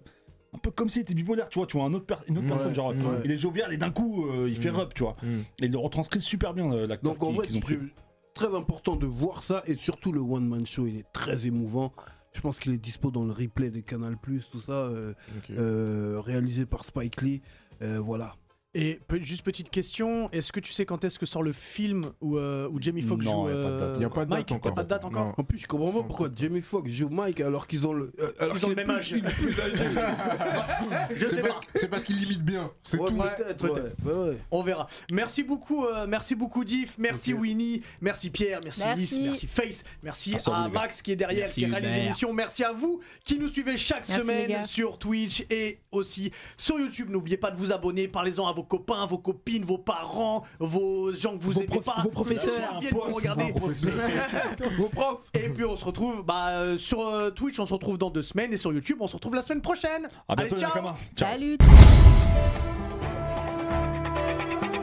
Speaker 6: Un peu comme s'il était bipolaire, tu vois. Tu vois un autre per- une autre
Speaker 4: Ouais,
Speaker 6: personne, genre.
Speaker 4: ouais.
Speaker 6: Il est jovial et d'un coup, euh, il fait
Speaker 4: Mm.
Speaker 6: rub, tu vois.
Speaker 4: Mmh.
Speaker 6: Et il le retranscrit super bien, euh, l'acteur.
Speaker 2: Donc en
Speaker 6: qui-
Speaker 2: vrai,
Speaker 6: qu'ils ont
Speaker 2: c'est
Speaker 6: pris.
Speaker 2: très important de voir ça et surtout le One Man Show, il est très émouvant. Je pense qu'il est dispo dans le replay de Canal Plus, tout ça, euh,
Speaker 4: Ok.
Speaker 6: Mm.
Speaker 2: euh, réalisé par Spike Lee. Euh, voilà.
Speaker 1: Et pe- juste petite question, est-ce que tu sais quand est-ce que sort le film où, euh, où Jamie Foxx
Speaker 6: Non,
Speaker 1: joue
Speaker 6: y a pas de date.
Speaker 1: euh,
Speaker 4: Il n'y a pas de
Speaker 1: Mike
Speaker 4: date encore.
Speaker 1: Y a pas de date encore
Speaker 2: En plus, je comprends pas pourquoi Jamie Foxx joue Mike alors qu'ils ont le, euh, alors
Speaker 1: Ils ont
Speaker 2: qu'il
Speaker 1: le
Speaker 2: est
Speaker 1: même âge.
Speaker 2: plus- il est plus âgé.
Speaker 1: Je sais
Speaker 4: C'est
Speaker 1: pas,
Speaker 4: parce- C'est parce qu'il limite bien. C'est
Speaker 2: Ouais,
Speaker 4: tout.
Speaker 2: peut-être,
Speaker 1: peut-être.
Speaker 2: ouais. Ouais, ouais.
Speaker 1: on verra. Merci beaucoup, euh, merci beaucoup Diff, merci
Speaker 4: Ok.
Speaker 1: Winnie, merci Pierre, merci,
Speaker 7: Merci.
Speaker 1: Nice, merci Face, merci
Speaker 6: Merci à vous,
Speaker 1: à
Speaker 6: les gars.
Speaker 1: Max qui est derrière,
Speaker 3: Merci
Speaker 1: qui réalise
Speaker 3: Hubert.
Speaker 1: l'émission, merci à vous qui nous suivez chaque
Speaker 7: Merci, les
Speaker 1: semaine
Speaker 7: gars.
Speaker 1: sur Twitch et aussi sur YouTube. N'oubliez pas de vous abonner, parlez-en à vos copains, vos copines, vos parents, vos gens que vous
Speaker 3: Vos
Speaker 1: aimez
Speaker 3: profs-
Speaker 1: pas,
Speaker 3: vos professeurs,
Speaker 1: qui viennent vous regarder.
Speaker 3: Vos profs
Speaker 1: Et puis on se retrouve bah, euh, sur euh, Twitch, on se retrouve dans deux semaines et sur YouTube, on se retrouve la semaine prochaine.
Speaker 6: À bientôt,
Speaker 1: Allez, ciao
Speaker 6: Nakama. Ciao.
Speaker 7: Salut